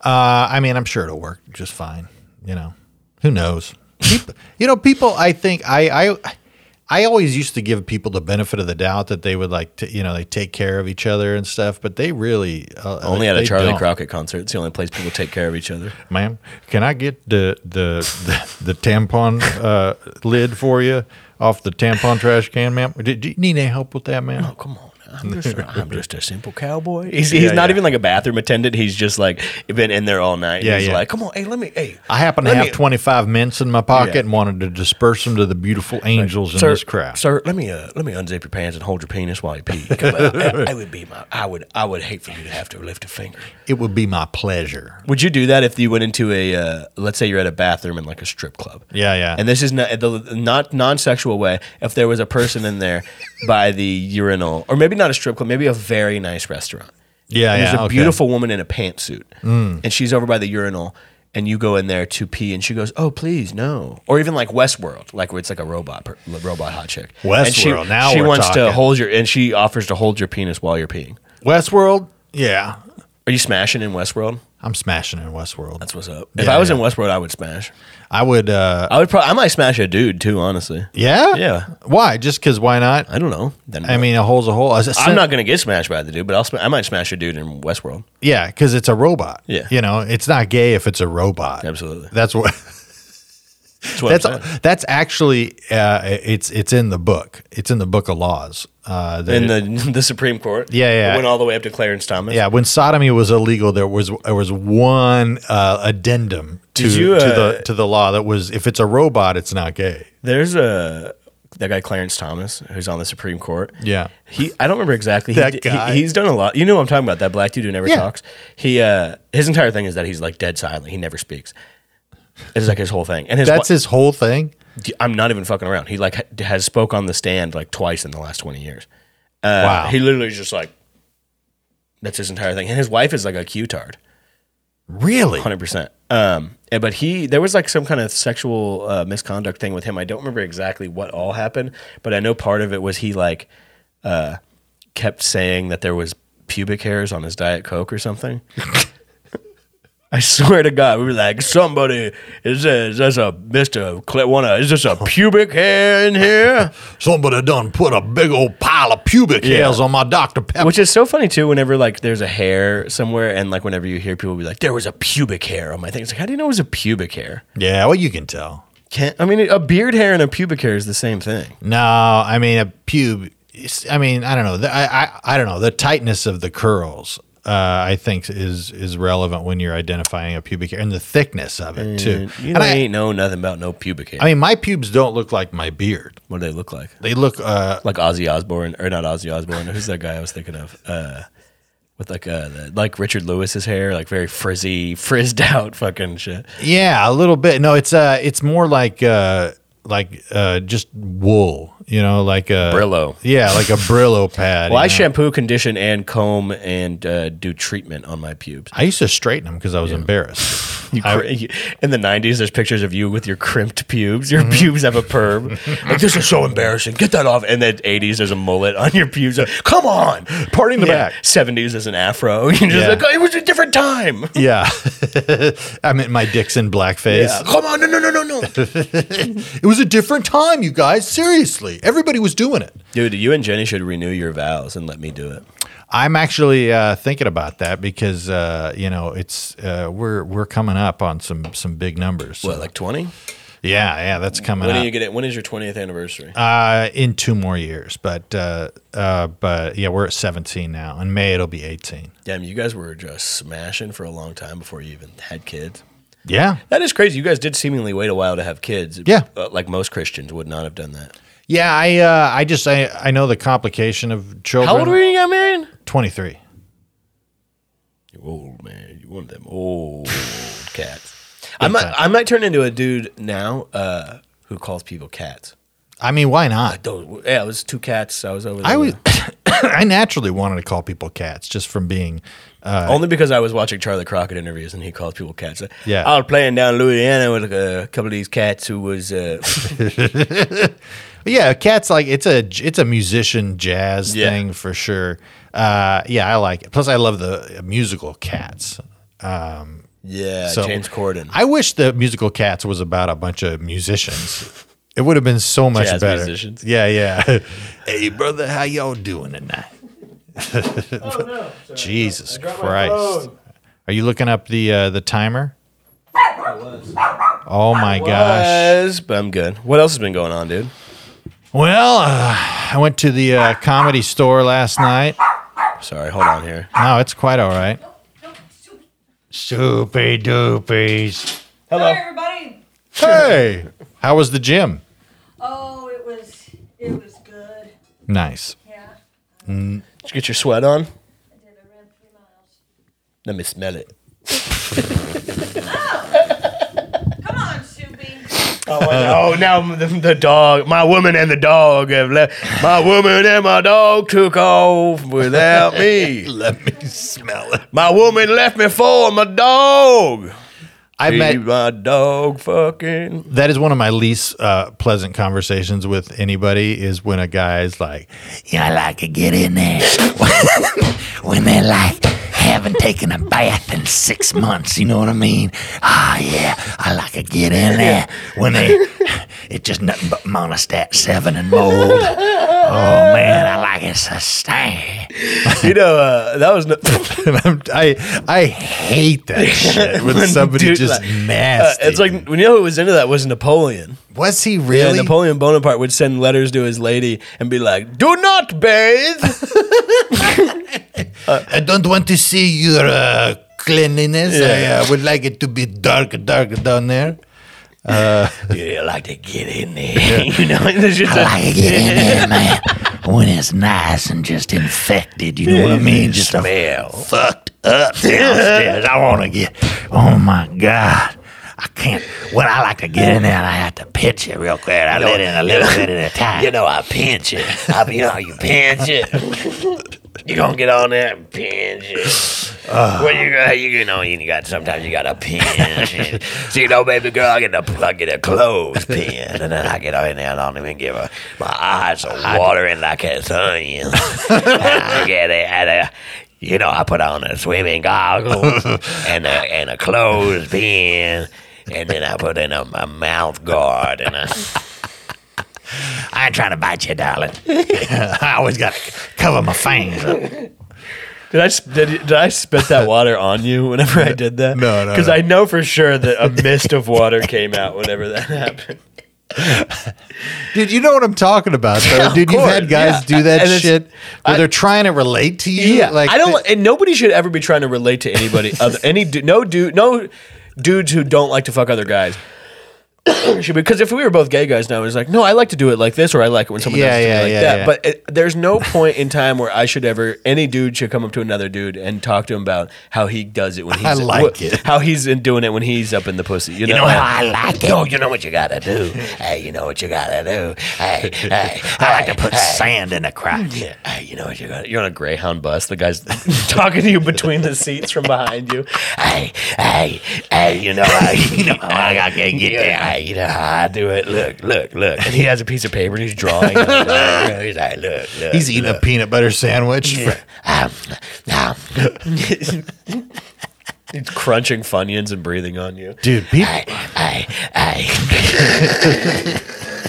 Speaker 1: Uh, I mean, I'm sure it'll work just fine. You know, who knows? Peop- you know, people. I think I, I I always used to give people the benefit of the doubt that they would like to, you know, they take care of each other and stuff. But they really uh,
Speaker 2: Only at
Speaker 1: they
Speaker 2: a Charlie
Speaker 1: don't.
Speaker 2: Crockett concert. It's the only place people take care of each other.
Speaker 1: Ma'am, can I get the the the, the tampon uh, lid for you off the tampon trash can, ma'am? Do, do you need any help with that, ma'am?
Speaker 2: Oh, come on. I'm just, I'm just a simple cowboy. He's, he's not
Speaker 1: yeah.
Speaker 2: even like a bathroom attendant. He's just like been in there all night.
Speaker 1: Yeah,
Speaker 2: he's
Speaker 1: yeah.
Speaker 2: like, come on, hey, let me, hey.
Speaker 1: I happen to
Speaker 2: let
Speaker 1: have
Speaker 2: me-
Speaker 1: 25 mints in my pocket
Speaker 2: Yeah.
Speaker 1: and wanted to disperse them to the beautiful angels in
Speaker 2: Sir,
Speaker 1: this crowd.
Speaker 2: sir, let me uh, let me unzip your pants and hold your penis while you pee. 'Cause I, I would be my, I would, I would hate for you to have to lift a finger.
Speaker 1: It would be my pleasure.
Speaker 2: Would you do that if you went into a, uh, let's say you're at a bathroom in like a strip club?
Speaker 1: Yeah, yeah.
Speaker 2: And this is not the not non-sexual way. If there was a person in there by the urinal, or maybe not a strip club, maybe a very nice restaurant.
Speaker 1: Yeah,
Speaker 2: And There's
Speaker 1: yeah,
Speaker 2: a
Speaker 1: okay.
Speaker 2: beautiful woman in a pantsuit, and she's over by the urinal, and you go in there to pee, and she goes, "Oh, please, no." Or even like Westworld, like where it's like a robot, per, robot hot chick. And she,
Speaker 1: Westworld, now
Speaker 2: she
Speaker 1: we're
Speaker 2: wants to
Speaker 1: talking.
Speaker 2: hold your, and she offers to hold your penis while you're peeing.
Speaker 1: Westworld, yeah.
Speaker 2: Are you smashing in Westworld?
Speaker 1: I'm smashing in Westworld.
Speaker 2: That's what's up. If
Speaker 1: Yeah,
Speaker 2: I was
Speaker 1: yeah.
Speaker 2: in Westworld, I would smash.
Speaker 1: I would, uh,
Speaker 2: I would probably. I might smash a dude too. Honestly,
Speaker 1: yeah?
Speaker 2: Yeah.
Speaker 1: Why? Just because why not?
Speaker 2: I don't know. Then
Speaker 1: I mean, a hole's a hole.
Speaker 2: I'm not gonna get smashed by the dude, but I'll sm- I might smash a dude in Westworld.
Speaker 1: Yeah, because it's a robot.
Speaker 2: Yeah.
Speaker 1: You know, it's not gay if it's a robot.
Speaker 2: Absolutely.
Speaker 1: That's what.
Speaker 2: That's what I'm
Speaker 1: That's
Speaker 2: saying.
Speaker 1: that's actually uh, it's it's in the book. It's in the book of laws. Uh, that
Speaker 2: in
Speaker 1: it-
Speaker 2: the the Supreme Court.
Speaker 1: Yeah, yeah.
Speaker 2: It went all the way up to Clarence Thomas.
Speaker 1: yeah, when sodomy was illegal, there was there was one uh, addendum to
Speaker 2: Did you,
Speaker 1: to
Speaker 2: uh,
Speaker 1: the to the law that was if it's a robot, it's not gay.
Speaker 2: There's a that guy Clarence Thomas who's on the Supreme Court.
Speaker 1: Yeah.
Speaker 2: He I don't remember exactly.
Speaker 1: That
Speaker 2: he,
Speaker 1: guy.
Speaker 2: He, he's done a lot. You know what I'm talking about? That black dude who never
Speaker 1: Yeah.
Speaker 2: talks. He uh his entire thing is that he's like dead silent. He never speaks. It's like his whole thing. And his
Speaker 1: That's
Speaker 2: wi-
Speaker 1: his whole thing.
Speaker 2: I'm not even fucking around. He like ha- has spoke on the stand like twice in the last 20 years. Uh,
Speaker 1: wow.
Speaker 2: He literally is just like that's his entire thing. And his wife is like a Q-tard.
Speaker 1: really?
Speaker 2: hundred percent. Um, and- but he there was like some kind of sexual uh, misconduct thing with him. I don't remember exactly what all happened, but I know part of it was he like uh, kept saying that there was pubic hairs on his diet coke or something. I swear to God, we were like, somebody is this, is this a Mister Cl- wanna is this a pubic hair in here?
Speaker 1: Somebody done put a big old pile of pubic hairs on my Dr. Pepper.
Speaker 2: Which is so funny too. Whenever like there's a hair somewhere, and like whenever you hear people be like, there was a pubic hair on my thing. It's like, how do you know it was a pubic hair?
Speaker 1: yeah, well, you can tell.
Speaker 2: Can't I mean a beard hair and a pubic hair is the same thing.
Speaker 1: No, I mean a pube. it's- I mean, I don't know. The- I, I I don't know the tightness of the curls. Uh, I think is is relevant when you're identifying a pubic hair and the thickness of it too.
Speaker 2: Mm, You
Speaker 1: And I,
Speaker 2: ain't know nothing about no pubic hair.
Speaker 1: I mean, my pubes don't look like my beard.
Speaker 2: what do they look like?
Speaker 1: They look uh,
Speaker 2: Like Ozzy Osbourne, or not Ozzy Osbourne? Who's that guy I was thinking of? Uh, with like uh, the, like Richard Lewis's hair, like very frizzy, frizzed out, fucking shit.
Speaker 1: yeah, a little bit. No, it's uh, it's more like uh, like uh, just wool. You know, like a
Speaker 2: Brillo.
Speaker 1: Yeah, like a Brillo pad.
Speaker 2: Well, I
Speaker 1: you know?
Speaker 2: shampoo, condition, and comb, and uh, do treatment on my pubes.
Speaker 1: I used to straighten them because I was embarrassed.
Speaker 2: You cr- you- in the '90s, there's pictures of you with your crimped pubes.
Speaker 1: Mm-hmm.
Speaker 2: Your pubes have a perm. like this is so embarrassing. Get that off. And then '80s, there's a mullet on your pubes. Like, Come on,
Speaker 1: Party in the
Speaker 2: Yeah.
Speaker 1: back.
Speaker 2: '70s is an afro. You're just
Speaker 1: Yeah.
Speaker 2: like, "Oh, it was a different time.
Speaker 1: Yeah, I meant my Dixon blackface.
Speaker 2: Yeah. Come on, no, no, no, no, no.
Speaker 1: It was a different time, you guys. Seriously, everybody was doing it.
Speaker 2: Dude, you and Jenny should renew your vows and let me do it.
Speaker 1: I'm actually uh, thinking about that because uh, you know it's uh, we're we're coming up on some some big numbers. so-
Speaker 2: What, like twenty?
Speaker 1: yeah, yeah, that's coming
Speaker 2: When do
Speaker 1: up
Speaker 2: you get it? When is your twentieth anniversary?
Speaker 1: uh, in two more years. But uh, uh, but yeah, we're at 17 now. In May it'll be 18.
Speaker 2: Damn, you guys were just smashing for a long time before you even had kids.
Speaker 1: Yeah,
Speaker 2: That is crazy. You guys did seemingly wait a while to have kids.
Speaker 1: Yeah.
Speaker 2: Uh, like most Christians would not have done that.
Speaker 1: yeah. I uh, I just I, I know the complication of children.
Speaker 2: How old were you when you got married?
Speaker 1: 23.
Speaker 2: You old man. You one of them old cats. I might, I might turn into a dude now uh, who calls people cats.
Speaker 1: I mean, why not?
Speaker 2: Those, yeah, it was two cats. I was over there.
Speaker 1: I was I naturally wanted to call people cats just from being
Speaker 2: Only because I was watching Charlie Crockett interviews and he calls people cats. Uh,
Speaker 1: Yeah.
Speaker 2: I was playing down in Louisiana with a couple of these cats who was uh,
Speaker 1: But yeah, cat's like it's a it's a musician jazz
Speaker 2: Yeah.
Speaker 1: thing for sure. Uh, yeah, I like it. Plus, I love the musical Cats.
Speaker 2: yeah
Speaker 1: So-
Speaker 2: James Corden.
Speaker 1: I wish the musical Cats was about a bunch of musicians. It would have been so much
Speaker 2: Jazz
Speaker 1: better.
Speaker 2: musicians.
Speaker 1: Yeah, yeah. hey, brother, how y'all doing tonight? Jesus Christ! Are you looking up the uh, the timer? Oh my gosh!
Speaker 2: Was, but I'm good. What else has been going on, dude?
Speaker 1: Well, uh, I went to the uh, comedy store last night.
Speaker 2: Sorry, hold on here.
Speaker 1: No, it's quite all right. Soupy doopies.
Speaker 2: Hello.
Speaker 4: Hi, everybody.
Speaker 1: Hey, how was the gym?
Speaker 4: Oh, it was it was good.
Speaker 1: Nice.
Speaker 4: Yeah,
Speaker 2: Did you get your sweat on?
Speaker 4: I did. I ran three miles.
Speaker 2: Let me smell it.
Speaker 4: Come on, Soupy.
Speaker 2: Oh, now the, the dog, my woman and the dog have left. My woman and my dog took off without me.
Speaker 1: Let me smell it.
Speaker 2: My woman left me for my dog.
Speaker 1: I
Speaker 2: Leave
Speaker 1: met.
Speaker 2: my dog fucking.
Speaker 1: That is one of my least uh, pleasant conversations with anybody is when a guy's like,
Speaker 3: Yeah, I like to get in there when they like haven't taken a bath in six months. You know what I mean? Ah, yeah, I like to get in there when they it's just nothing but monostat seven and mold. Oh man, I like it sustained.
Speaker 2: You know, uh, that was. No-
Speaker 1: and I'm, I I hate that shit when
Speaker 2: When
Speaker 1: somebody
Speaker 2: dude,
Speaker 1: just
Speaker 2: like, Uh,
Speaker 1: nasty.
Speaker 2: it's like when you know who was into that was Napoleon.
Speaker 1: was he
Speaker 2: Yeah,
Speaker 1: really?
Speaker 2: Napoleon Bonaparte would send letters to his lady and be like, "Do not bathe."
Speaker 1: I don't want to see your uh, cleanliness.
Speaker 2: Yeah.
Speaker 1: I uh, would like it to be dark, dark down there.
Speaker 3: Uh,
Speaker 2: yeah, I like to get in there. you know, it's just
Speaker 3: I
Speaker 2: a-
Speaker 3: like to get in there, man, when it's nice and just infected. You know what I mean? Just a
Speaker 2: smell.
Speaker 3: fucked up downstairs. I want to get. Oh my god. I can't. When I like to get in there, and I have to pinch it real quick. I let in a little bit at a time. You know, I pinch it. I be, you know, you pinch it. You gonna get on there and pinch it. well, you got you, you know you got sometimes you got to pinch it. So you know, baby girl, I get a I get a clothespin, and then I get in there and I don't even give her my eyes are watering like it's onion. I get it at a, you know, I put on a swimming goggles and a and a clothespin, and then I put in a, a mouth guard and a. I ain't trying to bite you, darling. I always got to cover my fangs. up.
Speaker 2: Did I s- did, did I spit that water on you whenever I did that?
Speaker 1: No, no,
Speaker 2: Because
Speaker 1: no.
Speaker 2: I know for sure that a mist of water came out whenever that happened.
Speaker 1: Dude, you know what I'm talking about, though.
Speaker 2: of
Speaker 1: Dude, you've
Speaker 2: course,
Speaker 1: had guys
Speaker 2: yeah.
Speaker 1: do that
Speaker 2: And it's-
Speaker 1: shit where they're trying to relate to you.
Speaker 2: Yeah,
Speaker 1: like
Speaker 2: I don't. and nobody should ever be trying to relate to anybody. other any du- no dude no dudes who don't like to fuck other guys. should because if we were both gay guys now, it's like no, I like to do it like this, or I like it when someone
Speaker 1: Yeah,
Speaker 2: does it to me
Speaker 1: yeah,
Speaker 2: like
Speaker 1: yeah,
Speaker 2: that.
Speaker 1: yeah.
Speaker 2: But it, there's no point in time where I should ever any dude should come up to another dude and talk to him about how he does it when he's
Speaker 1: I like
Speaker 2: wh-
Speaker 1: it.
Speaker 2: how he's in doing it when he's up in the pussy. You know,
Speaker 3: You know how I like it? Oh, you know what you gotta do. hey, you know what you gotta do. Hey, hey. I like to put sand in the crack.
Speaker 2: Hey, you know what? You're on, you're on a Greyhound bus. The guy's talking to you between the seats from behind you.
Speaker 3: Hey, hey, hey, you know how you know how I gotta get there. Hey, you know how I do it. Look, look, look.
Speaker 2: And he has a piece of paper and he's drawing.
Speaker 3: He's like, look, look.
Speaker 1: He's eating a peanut butter sandwich.
Speaker 3: um, um,
Speaker 2: He's crunching Funyuns and breathing on you.
Speaker 1: Dude, people,
Speaker 3: hey, hey, hey.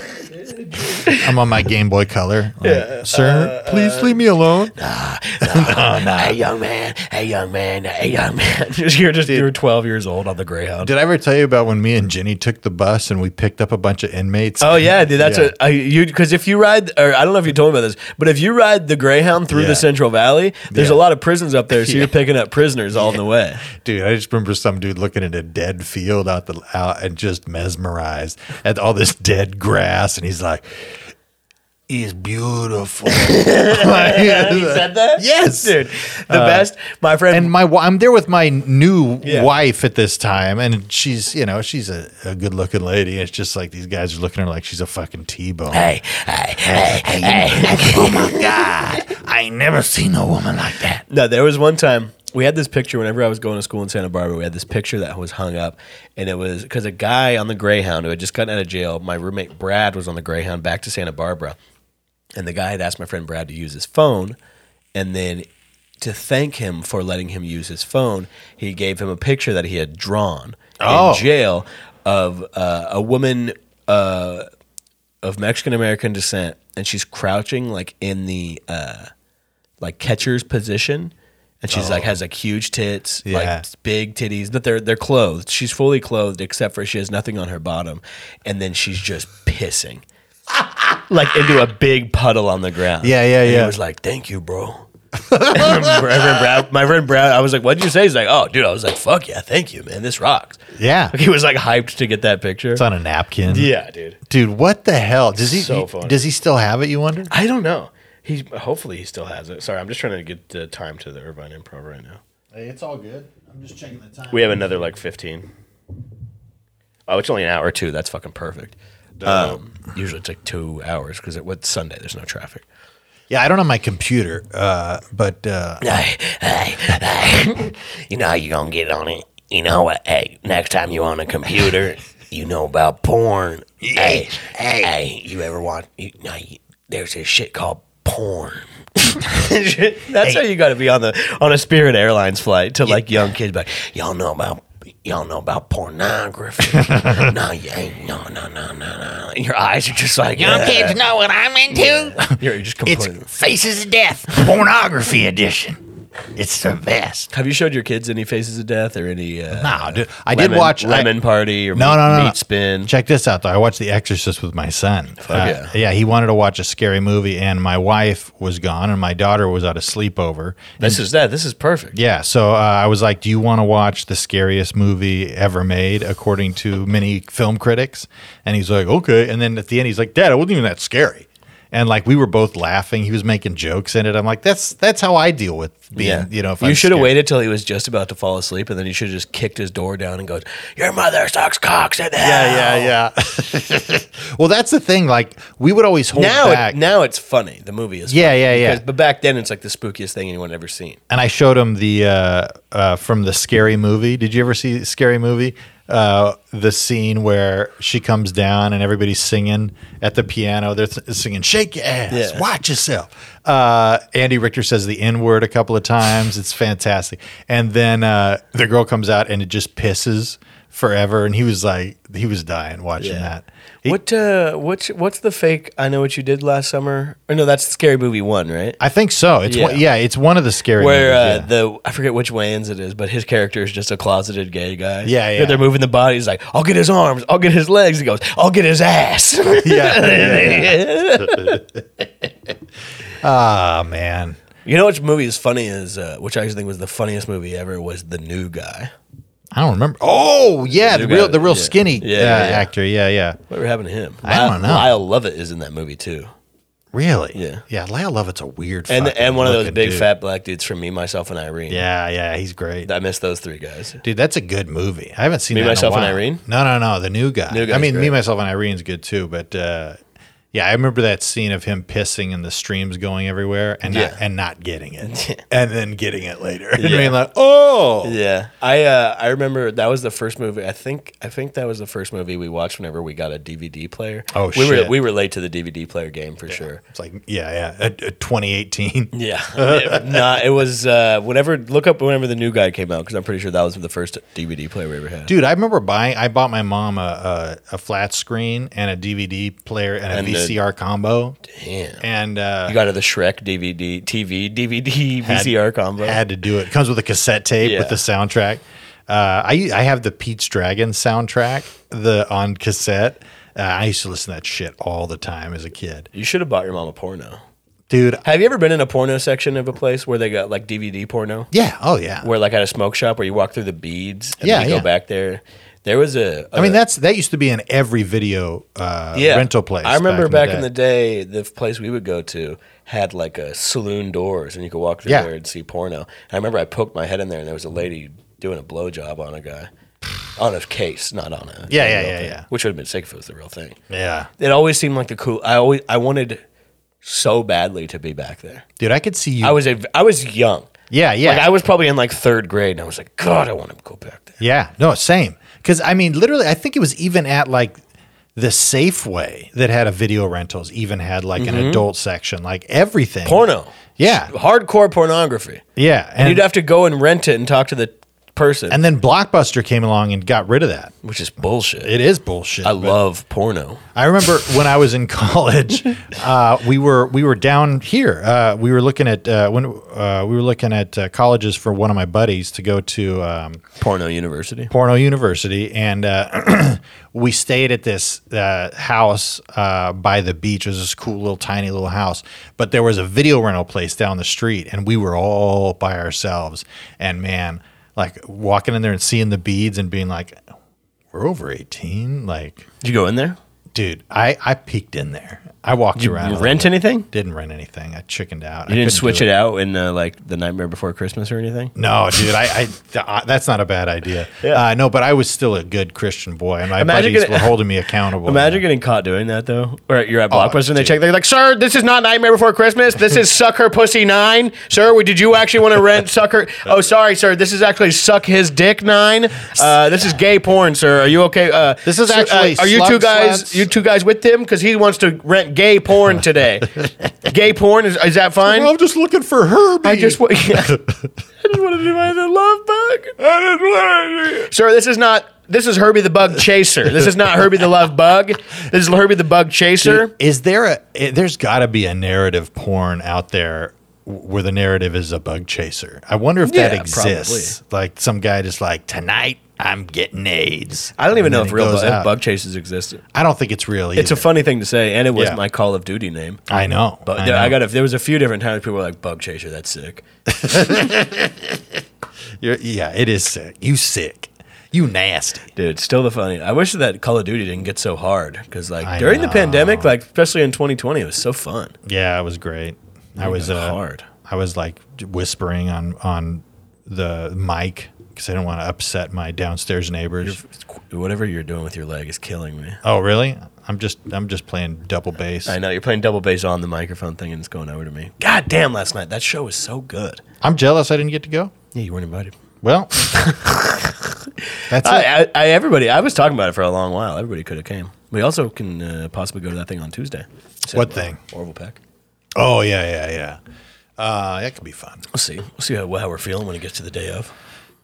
Speaker 1: I'm on my Game Boy Color. Like, Sir, please leave me alone.
Speaker 3: Hey, young man. Hey, young man. Hey, young man.
Speaker 2: You're just you're 12 years old on the Greyhound.
Speaker 1: Did I ever tell you about when me and Jenny took the bus and we picked up a bunch of inmates?
Speaker 2: Oh yeah, dude. That's
Speaker 1: Yeah.
Speaker 2: a I, you because if you ride, or I don't know if you told me about this, but if you ride the Greyhound through
Speaker 1: Yeah.
Speaker 2: the Central Valley, there's
Speaker 1: Yeah.
Speaker 2: a lot of prisons up there, so you're picking up prisoners all the way.
Speaker 1: Dude, I just remember some dude looking at a dead field out the out and just mesmerized at all this dead grass, and he's like, "It's beautiful."
Speaker 2: he said that.
Speaker 1: Yes.
Speaker 2: dude. The best, my friend.
Speaker 1: and my wi- I'm there with my new
Speaker 2: Yeah.
Speaker 1: wife at this time, and she's you know she's a, a good looking lady. It's just like these guys are looking at her like she's a fucking T bone.
Speaker 3: Hey, hey, hey, hey, hey. Oh my God. I ain't never seen a woman like that.
Speaker 2: No, there was one time we had this picture whenever I was going to school in Santa Barbara. We had this picture that was hung up, and it was because a guy on the Greyhound who had just gotten out of jail, my roommate Brad was on the Greyhound back to Santa Barbara, and the guy had asked my friend Brad to use his phone, and then to thank him for letting him use his phone, he gave him a picture that he had drawn
Speaker 1: Oh.
Speaker 2: in jail of uh, a woman. Uh, of Mexican American descent, and she's crouching like in the uh, like catcher's position, and she's like has like huge tits,
Speaker 1: Oh. Yeah.
Speaker 2: like big titties, but they're they're clothed. She's fully clothed except for she has nothing on her bottom, and then she's just pissing like into a big puddle on the ground.
Speaker 1: Yeah, yeah,
Speaker 2: And
Speaker 1: yeah.
Speaker 2: It was like, thank you, bro. And my friend Brad, my friend Brad, I was like, "What'd you say?" He's like, "Oh, dude," I was like, "Fuck yeah, thank you, man. This rocks."
Speaker 1: Yeah,
Speaker 2: Like, he was like hyped to get that picture.
Speaker 1: it's on a napkin.
Speaker 2: yeah, dude.
Speaker 1: dude, what the hell? Does he
Speaker 2: So funny.
Speaker 1: does he still have it? You wonder.
Speaker 2: I don't know. He hopefully he still has it. Sorry, I'm just trying to get the time to the Irvine Improv right now.
Speaker 1: Hey, it's all good. I'm just checking the time.
Speaker 2: We have another like 15. Oh, it's only an hour or two. That's fucking perfect. Um, usually it's like two hours because it was Sunday. There's no traffic.
Speaker 1: Yeah, I don't have my computer, uh, but uh,
Speaker 3: Hey, hey, hey. You know how you gonna get on it. You know what? Hey, next time you're on a computer, you know about porn. Hey, hey, hey. You ever watch? You, no, you, there's this shit called porn.
Speaker 2: That's how you got to be on the on a Spirit Airlines flight to like young kids. But
Speaker 3: Y'all know about y'all know about pornography. no, you ain't. No, no, no, no, no.
Speaker 2: your eyes are just like
Speaker 5: Young kids know what I'm into?
Speaker 2: You're you're just
Speaker 5: It's
Speaker 2: completely.
Speaker 5: Faces of Death, pornography edition. It's the best.
Speaker 2: Have you showed your kids any Faces of Death or any? Uh,
Speaker 1: no, dude, I
Speaker 2: lemon,
Speaker 1: did watch. I-
Speaker 2: Lemon Party or
Speaker 1: No,
Speaker 2: meat,
Speaker 1: no, no, no.
Speaker 2: meat Spin.
Speaker 1: Check this out, though. I watched The Exorcist with my son.
Speaker 2: yeah.
Speaker 1: Uh, yeah, he wanted to watch a scary movie, and my wife was gone, and my daughter was at a sleepover.
Speaker 2: This is that. This is perfect.
Speaker 1: Yeah, so uh, I was like, "Do you want to watch the scariest movie ever made, according to many film critics?" And he's like, "Okay." And then at the end, he's like, "Dad, it wasn't even that scary." And like we were both laughing. He was making jokes in it. I'm like, "That's that's how I deal with being, you know." If
Speaker 2: you
Speaker 1: I'm
Speaker 2: should have
Speaker 1: scared."
Speaker 2: waited till he was just about to fall asleep, and then you should have just kicked his door down and goes, "Your mother sucks cocks in hell."
Speaker 1: Yeah, yeah, yeah. well, that's the thing. Like we would always hold
Speaker 2: Now,
Speaker 1: back.
Speaker 2: it, now it's funny. The movie is
Speaker 1: Yeah,
Speaker 2: funny
Speaker 1: yeah, yeah.
Speaker 2: because- But back then, it's like the spookiest thing anyone had ever seen.
Speaker 1: and I showed him the uh, uh, from the scary movie. Did you ever see Scary Movie? Uh, the scene where she comes down and everybody's singing at the piano. They're th- singing "Shake Your Ass,
Speaker 2: Yeah.
Speaker 1: Watch Yourself." Uh, Andy Richter says the N word a couple of times. It's fantastic. And then uh, the girl comes out and it just pisses forever, and he was like, he was dying watching
Speaker 2: Yeah.
Speaker 1: that. He-
Speaker 2: what uh what's what's the fake I know what you did last summer? Or no, that's scary movie one, right?
Speaker 1: I think so. It's
Speaker 2: Yeah.
Speaker 1: yeah, one, yeah it's one of the scary
Speaker 2: Where uh,
Speaker 1: movies, yeah.
Speaker 2: the I forget which Wayans it is, but his character is just a closeted gay guy.
Speaker 1: Yeah, yeah.
Speaker 2: They're moving the body. He's like, I'll get his arms, I'll get his legs. He goes, I'll get his ass.
Speaker 1: yeah, Ah, man.
Speaker 2: you know which movie is funny is uh, which I actually think was the funniest movie ever was the new guy.
Speaker 1: I don't remember. Oh, yeah, the
Speaker 2: new
Speaker 1: real,
Speaker 2: guy-
Speaker 1: the real
Speaker 2: yeah.
Speaker 1: skinny
Speaker 2: Yeah,
Speaker 1: uh,
Speaker 2: yeah, yeah.
Speaker 1: actor. Yeah, yeah.
Speaker 2: Whatever happened to him?
Speaker 1: I don't
Speaker 2: Lyle-
Speaker 1: know.
Speaker 2: Lyle Lovett is in that movie too,
Speaker 1: Really?
Speaker 2: Yeah.
Speaker 1: Yeah. Lyle Lovett's a weird.
Speaker 2: and
Speaker 1: fucking
Speaker 2: and one of those
Speaker 1: looking
Speaker 2: big
Speaker 1: dude.
Speaker 2: fat black dudes from Me, Myself, and Irene.
Speaker 1: Yeah, yeah. He's great.
Speaker 2: I miss those three guys.
Speaker 1: Dude, that's a good movie. I haven't seen
Speaker 2: Me,
Speaker 1: that in a
Speaker 2: Myself, and
Speaker 1: while.
Speaker 2: Irene?
Speaker 1: No, no, no. The new guy.
Speaker 2: New
Speaker 1: I
Speaker 2: Guy's
Speaker 1: mean, me,
Speaker 2: great.
Speaker 1: myself, and Irene's good too. But uh, yeah, I remember that scene of him pissing and the streams going everywhere, and
Speaker 2: Yeah.
Speaker 1: not, and not getting it,
Speaker 2: Yeah.
Speaker 1: and then getting it later, and
Speaker 2: Yeah.
Speaker 1: being like, oh,
Speaker 2: Yeah, I uh, I remember that was the first movie. I think I think that was the first movie we watched whenever we got a DVD player.
Speaker 1: Oh,
Speaker 2: we
Speaker 1: shit.
Speaker 2: were we were late to the DVD player game for sure.
Speaker 1: it's like yeah, yeah, uh, uh, 2018.
Speaker 2: Yeah, It- nah, it was uh, whenever look up whenever the new guy came out because I'm pretty sure that was the first DVD player we ever had.
Speaker 1: Dude, I remember buying. I bought my mom a, a, a flat screen and a DVD player and a
Speaker 2: And the-
Speaker 1: VCR combo,
Speaker 2: Damn,
Speaker 1: and uh,
Speaker 2: you got her the Shrek DVD, TV, DVD, VCR combo.
Speaker 1: had to do it. Comes with a cassette tape
Speaker 2: Yeah.
Speaker 1: with the soundtrack. Uh, I I have the Pete's Dragon soundtrack the on cassette. Uh, I used to listen to that shit all the time as a kid,
Speaker 2: you should have bought your mom a porno.
Speaker 1: dude. I-
Speaker 2: Have you ever been in a porno section of a place where they got like DVD porno?
Speaker 1: yeah, oh yeah.
Speaker 2: Where like at a smoke shop where you walk through the beads and
Speaker 1: Yeah,
Speaker 2: then you
Speaker 1: yeah.
Speaker 2: go back there. There was a.
Speaker 1: I mean that's that used to be in every video uh, rental place.
Speaker 2: I remember back, in, the day, the place we would go to had like a saloon doors, and you could walk through
Speaker 1: Yeah.
Speaker 2: there and see porno. And I remember I poked my head in there, and there was a lady doing a blowjob on a guy, on a case, not on a
Speaker 1: Yeah,
Speaker 2: on a
Speaker 1: yeah,
Speaker 2: real
Speaker 1: yeah,
Speaker 2: thing,
Speaker 1: yeah.
Speaker 2: Which would have been sick if it was the real thing.
Speaker 1: yeah,
Speaker 2: It always seemed like the cool. I always I wanted so badly to be back there.
Speaker 1: dude. I could see you.
Speaker 2: I was a I was young.
Speaker 1: yeah, yeah.
Speaker 2: Like I was probably in like third grade, and I was like, God, I want to go back there.
Speaker 1: Yeah, no, same. Because I mean, literally, I think it was even at like the Safeway that had a video rentals, even had like an adult section, like everything
Speaker 2: Mm-hmm. Porno,
Speaker 1: Yeah,
Speaker 2: hardcore pornography.
Speaker 1: yeah,
Speaker 2: And you'd have to go and rent it and talk to the person,
Speaker 1: And then Blockbuster came along and got rid of that.
Speaker 2: which is bullshit.
Speaker 1: It is bullshit.
Speaker 2: I
Speaker 1: but-
Speaker 2: love porno.
Speaker 1: I remember when I was in college, uh, we were we were down here. Uh, we were looking at uh, when uh, we were looking at uh, colleges for one of my buddies to go to um,
Speaker 2: Porno University.
Speaker 1: Porno University, and uh, we stayed at this uh, house uh, by the beach. It was this cool little tiny little house, but there was a video rental place down the street, and we were all by ourselves. And man, like walking in there and seeing the beads and being like, "We're over eighteen, like."
Speaker 2: Did you go in there?
Speaker 1: Dude, I, I peeked in there. I walked around. a
Speaker 2: you
Speaker 1: little
Speaker 2: rent
Speaker 1: bit.
Speaker 2: anything?
Speaker 1: Didn't rent anything. I chickened out.
Speaker 2: You didn't switch it. out in uh, like the Nightmare Before Christmas or anything?
Speaker 1: No, dude, I, I th- uh, that's not a bad idea.
Speaker 2: Yeah.
Speaker 1: Uh, no, but I was still a good Christian boy, and my
Speaker 2: Imagine
Speaker 1: buddies
Speaker 2: getting-
Speaker 1: were holding me accountable.
Speaker 2: Imagine getting caught doing that though. Or you're at Blockbuster and they
Speaker 1: Oh, dude.
Speaker 2: check. They're like, "Sir, this is not Nightmare Before Christmas. This is Suck Her Pussy Nine, sir. we- Did you actually want to rent Suck Her? Oh, sorry, sir. This is actually Suck His Dick Nine. Uh, this is gay porn, sir. Are you okay? Uh,
Speaker 1: This is
Speaker 2: sir, uh,
Speaker 1: actually
Speaker 2: are you
Speaker 1: slug
Speaker 2: two guys?
Speaker 1: sluts.
Speaker 2: You two guys with him? Because he wants to rent gay porn today. gay porn is, is that fine?
Speaker 1: Well, I'm just looking for Herbie.
Speaker 2: I just want. Yeah. I just want to do my other love bug. I didn't want Sir, this is not. This is Herbie the Bug Chaser. This is not Herbie the Love Bug. This is Herbie the Bug Chaser.
Speaker 1: Is there a? eh, There's got to be a narrative porn out there w- where the narrative is a bug chaser. I wonder if that
Speaker 2: Yeah,
Speaker 1: exists. Like some guy just like tonight I'm getting AIDS.
Speaker 2: I don't even know if real
Speaker 1: bug,
Speaker 2: bug, if bug chasers existed.
Speaker 1: I don't think it's real.
Speaker 2: It's a
Speaker 1: either.
Speaker 2: funny thing to say, and it was
Speaker 1: Yeah.
Speaker 2: my Call of Duty name.
Speaker 1: I know.
Speaker 2: But
Speaker 1: know.
Speaker 2: there, I got a, there was a few different times people were like Bug Chaser. That's sick.
Speaker 1: You're, yeah, it is sick. You sick. You nasty.
Speaker 2: Dude, still the funny. I wish that Call of Duty didn't get so hard because like
Speaker 1: I
Speaker 2: during the
Speaker 1: know.
Speaker 2: pandemic, like especially in 2020, it was so fun.
Speaker 1: Yeah, it was great. I was uh,
Speaker 2: hard.
Speaker 1: I was like whispering on on the mic because I didn't want to upset my downstairs neighbors.
Speaker 2: Whatever you're doing with your leg is killing me.
Speaker 1: Oh, really? I'm just I'm just playing double bass.
Speaker 2: I know you're playing double bass on the microphone thing, and it's going over to me. God damn! Last night that show was so good.
Speaker 1: I'm jealous I didn't get to go.
Speaker 2: Yeah, you weren't invited.
Speaker 1: Well, that's it.
Speaker 2: I, I, I everybody, I was talking about it for a long while. Everybody could have came. We also can uh, possibly go to that thing on Tuesday. Said,
Speaker 1: What
Speaker 2: uh,
Speaker 1: thing?
Speaker 2: Orville Peck.
Speaker 1: Oh yeah, yeah, yeah. Uh, that could be fun.
Speaker 2: We'll see. We'll see how, how we're feeling when it gets to the day of.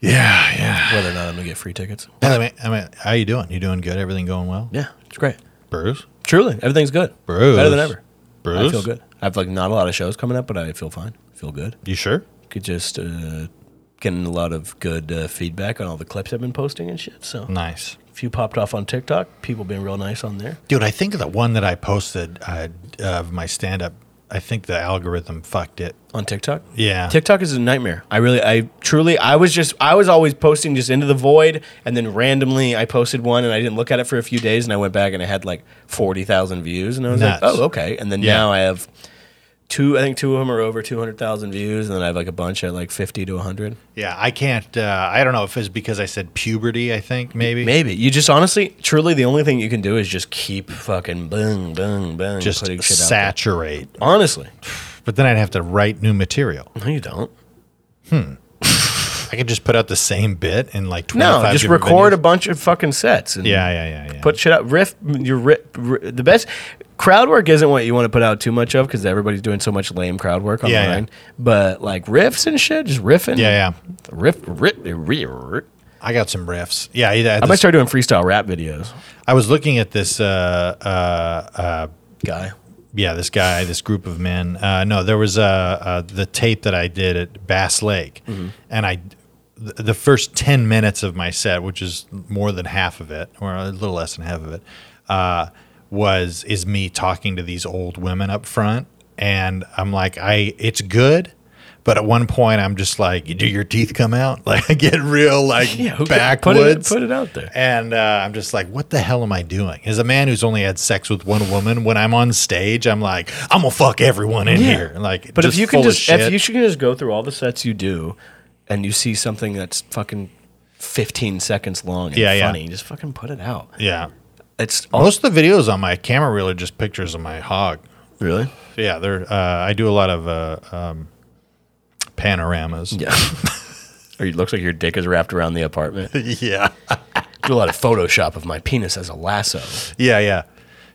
Speaker 1: Yeah, yeah.
Speaker 2: whether or not I'm gonna get free tickets.
Speaker 1: I mean, I mean, how you doing? You doing good? Everything going well?
Speaker 2: Yeah, it's great.
Speaker 1: Bruce?
Speaker 2: Truly, everything's good.
Speaker 1: Bruce.
Speaker 2: Better than ever.
Speaker 1: Bruce?
Speaker 2: I feel good. I have like not a lot of shows coming up, but I feel fine. I feel good.
Speaker 1: You sure?
Speaker 2: Could just uh, getting a lot of good uh, feedback on all the clips I've been posting and shit. So
Speaker 1: Nice.
Speaker 2: a few popped off on TikTok. People being real nice on there.
Speaker 1: Dude, I think the one that I posted uh, of my stand up, I think the algorithm fucked it.
Speaker 2: On TikTok?
Speaker 1: Yeah.
Speaker 2: TikTok is a nightmare. I really, I truly, I was just, I was always posting just into the void, and then randomly I posted one, and I didn't look at it for a few days, and I went back and it had like forty thousand views, and I was like,
Speaker 1: Nuts.
Speaker 2: oh, okay. And then
Speaker 1: Yeah.
Speaker 2: now I have two, I think two of them are over two hundred thousand views, and then I have like a bunch at like fifty to hundred.
Speaker 1: Yeah, I can't. Uh, I don't know if it's because I said puberty, I think, maybe.
Speaker 2: Maybe you just honestly, truly, the only thing you can do is just keep fucking bang, bang, bang,
Speaker 1: Just
Speaker 2: putting shit out.
Speaker 1: saturate.
Speaker 2: there. Honestly,
Speaker 1: But then I'd have to write new material.
Speaker 2: no, you don't.
Speaker 1: I could just put out the same bit in like 25
Speaker 2: No, just
Speaker 1: different
Speaker 2: record a
Speaker 1: venues.
Speaker 2: bunch of fucking sets. And
Speaker 1: Yeah, yeah, yeah, yeah.
Speaker 2: put shit out. Riff your ri ri the best crowd work isn't what you want to put out too much of because everybody's doing so much lame crowd work online.
Speaker 1: Yeah, yeah.
Speaker 2: But like riffs and shit, just riffing.
Speaker 1: Yeah, yeah.
Speaker 2: Riff, riff, riff, riff.
Speaker 1: I got some riffs. Yeah, I,
Speaker 2: I might start doing freestyle rap videos.
Speaker 1: I was looking at this. Uh, uh, uh,
Speaker 2: Guy,
Speaker 1: yeah, this guy, this group of men. Uh, no, there was uh, uh, the tape that I did at Bass Lake,
Speaker 2: Mm-hmm.
Speaker 1: and I th- the first ten minutes of my set, which is more than half of it, or a little less than half of it, uh, was is me talking to these old women up front, and I'm like, I it's good. But at one point, I'm just like, "Do your teeth come out?" Like, I get real like
Speaker 2: yeah, who ca- put it,
Speaker 1: backwoods.
Speaker 2: put it out there.
Speaker 1: And uh, I'm just like, what the hell am I doing? As a man who's only had sex with one woman, when I'm on stage, I'm like, I'm gonna fuck everyone in here. Like,
Speaker 2: But if
Speaker 1: just
Speaker 2: you can
Speaker 1: full of
Speaker 2: just, if
Speaker 1: shit.
Speaker 2: you can just go through all the sets you do, and you see something that's fucking fifteen seconds long and
Speaker 1: Yeah, yeah.
Speaker 2: funny, just fucking put it out.
Speaker 1: yeah.
Speaker 2: It's all,
Speaker 1: Most of the videos on my camera reel are just pictures of my hog.
Speaker 2: really,
Speaker 1: Yeah, they're. Uh, I do a lot of uh, um, panoramas.
Speaker 2: yeah. or it looks like your dick is wrapped around the apartment.
Speaker 1: yeah,
Speaker 2: do a lot of Photoshop of my penis as a lasso.
Speaker 1: yeah, yeah.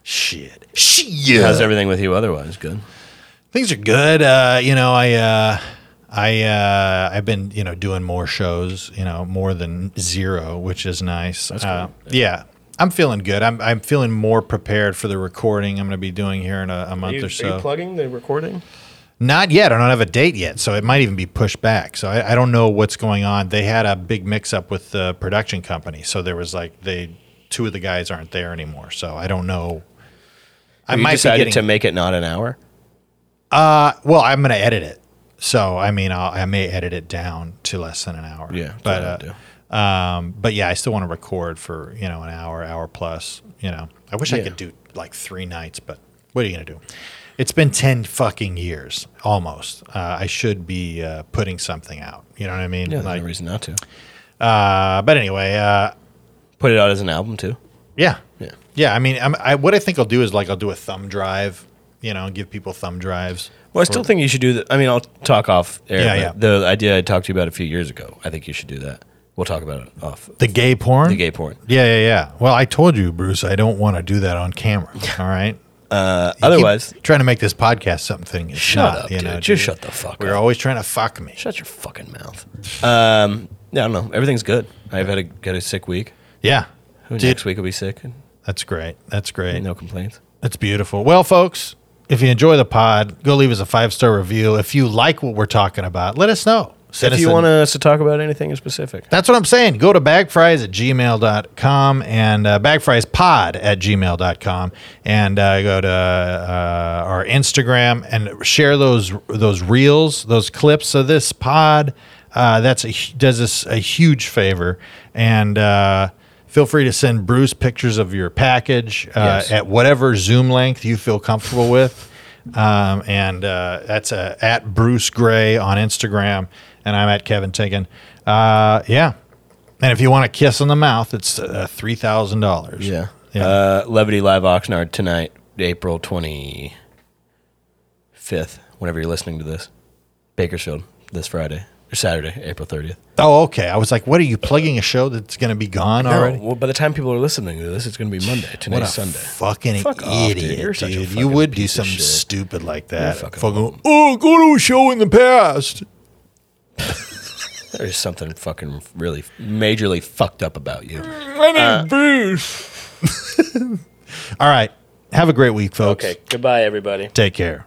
Speaker 1: Shit, shit.
Speaker 2: How's everything with you otherwise? Good.
Speaker 1: things are good. Uh, you know, I uh, I uh, I've been you know doing more shows. You know, more than zero, which is nice. Uh, yeah. I'm feeling good. I'm I'm feeling more prepared for the recording I'm going to be doing here in a, a month or so.
Speaker 2: plugging the recording?
Speaker 1: Not yet. I don't have a date yet, so it might even be pushed back. So I, I don't know what's going on. They had a big mix-up with the production company, so there was like they two of the guys aren't there anymore. So I don't know. I
Speaker 2: I
Speaker 1: might
Speaker 2: might
Speaker 1: be
Speaker 2: decided
Speaker 1: getting-
Speaker 2: to make it not an hour.
Speaker 1: Well, I'm going to edit it. So, I mean, I'll, I may edit it down to less than an hour.
Speaker 2: Yeah, that's what
Speaker 1: But,
Speaker 2: I'd
Speaker 1: uh, um, but yeah, I still want to record for, you know, an hour, hour plus, you know, I wish I
Speaker 2: Yeah.
Speaker 1: could do like three nights, but what are you going to do? It's been 10 fucking years almost. Uh, I should be uh, putting something out. You know what I mean?
Speaker 2: Yeah, there's
Speaker 1: like,
Speaker 2: no reason not to.
Speaker 1: uh, but anyway, uh,
Speaker 2: Put it out as an album too.
Speaker 1: yeah.
Speaker 2: Yeah.
Speaker 1: Yeah. I mean, I'm, I, what I think I'll do is like, I'll do a thumb drive, you know, give people thumb drives.
Speaker 2: Well, I still think you should do that. I mean, I'll talk off air.
Speaker 1: Yeah,
Speaker 2: but The idea I talked to you about a few years ago. I think you should do that. We'll talk about it off
Speaker 1: The gay porn?
Speaker 2: the gay porn.
Speaker 1: Yeah, yeah, yeah. Well, I told you, Bruce, I don't want to do that on camera. All right.
Speaker 2: Uh, otherwise,
Speaker 1: Keep trying to make this podcast something. It's
Speaker 2: shut
Speaker 1: not,
Speaker 2: up,
Speaker 1: you
Speaker 2: dude.
Speaker 1: know,
Speaker 2: Just
Speaker 1: dude.
Speaker 2: shut the fuck
Speaker 1: We're
Speaker 2: up.
Speaker 1: always trying to fuck me.
Speaker 2: shut your fucking mouth. Um, yeah, I don't know. Everything's good. I've had a got a sick week.
Speaker 1: Yeah.
Speaker 2: Who
Speaker 1: Dude,
Speaker 2: next week will be sick. and
Speaker 1: That's great. That's great.
Speaker 2: No complaints.
Speaker 1: That's beautiful. Well, folks, if you enjoy the pod, go leave us a five star review. If you like what we're talking about, let us know. Send
Speaker 2: if
Speaker 1: us
Speaker 2: you
Speaker 1: an-
Speaker 2: want us to talk about anything in specific.
Speaker 1: That's what I'm saying. Go to bagfries at gmail.com and uh, bagfriespod at gmail.com and uh, go to uh, our Instagram and share those those reels, those clips of this pod. Uh, that's a, hu- does us a huge favor. And uh, feel free to send Bruce pictures of your package uh,
Speaker 2: Yes.
Speaker 1: at whatever Zoom length you feel comfortable with. Um, and uh, that's uh, at Bruce Gray on Instagram, and I'm at Kevin Tiggin. Uh, yeah. And if you want a kiss on the mouth, it's uh, three thousand dollars. yeah.
Speaker 2: Uh, Levity Live Oxnard tonight, April 25th, whenever you're listening to this. Bakersfield this Friday or Saturday, April 30th.
Speaker 1: oh, okay. I was like, what are you plugging a show that's going to be gone already?
Speaker 2: Well, by the time people are listening to this, it's going to be Monday.
Speaker 1: What a
Speaker 2: Tonight's Sunday.
Speaker 1: fucking
Speaker 2: Fuck off, dude.
Speaker 1: idiot, dude!
Speaker 2: You're such a
Speaker 1: you
Speaker 2: fucking
Speaker 1: would do
Speaker 2: piece of
Speaker 1: something
Speaker 2: shit.
Speaker 1: stupid like that.
Speaker 2: fucking
Speaker 1: Fucking, oh, go to a show in the past.
Speaker 2: There's something fucking really majorly fucked up about you.
Speaker 1: Uh, All right. Have a great week, folks.
Speaker 2: Goodbye, everybody.
Speaker 1: Take care.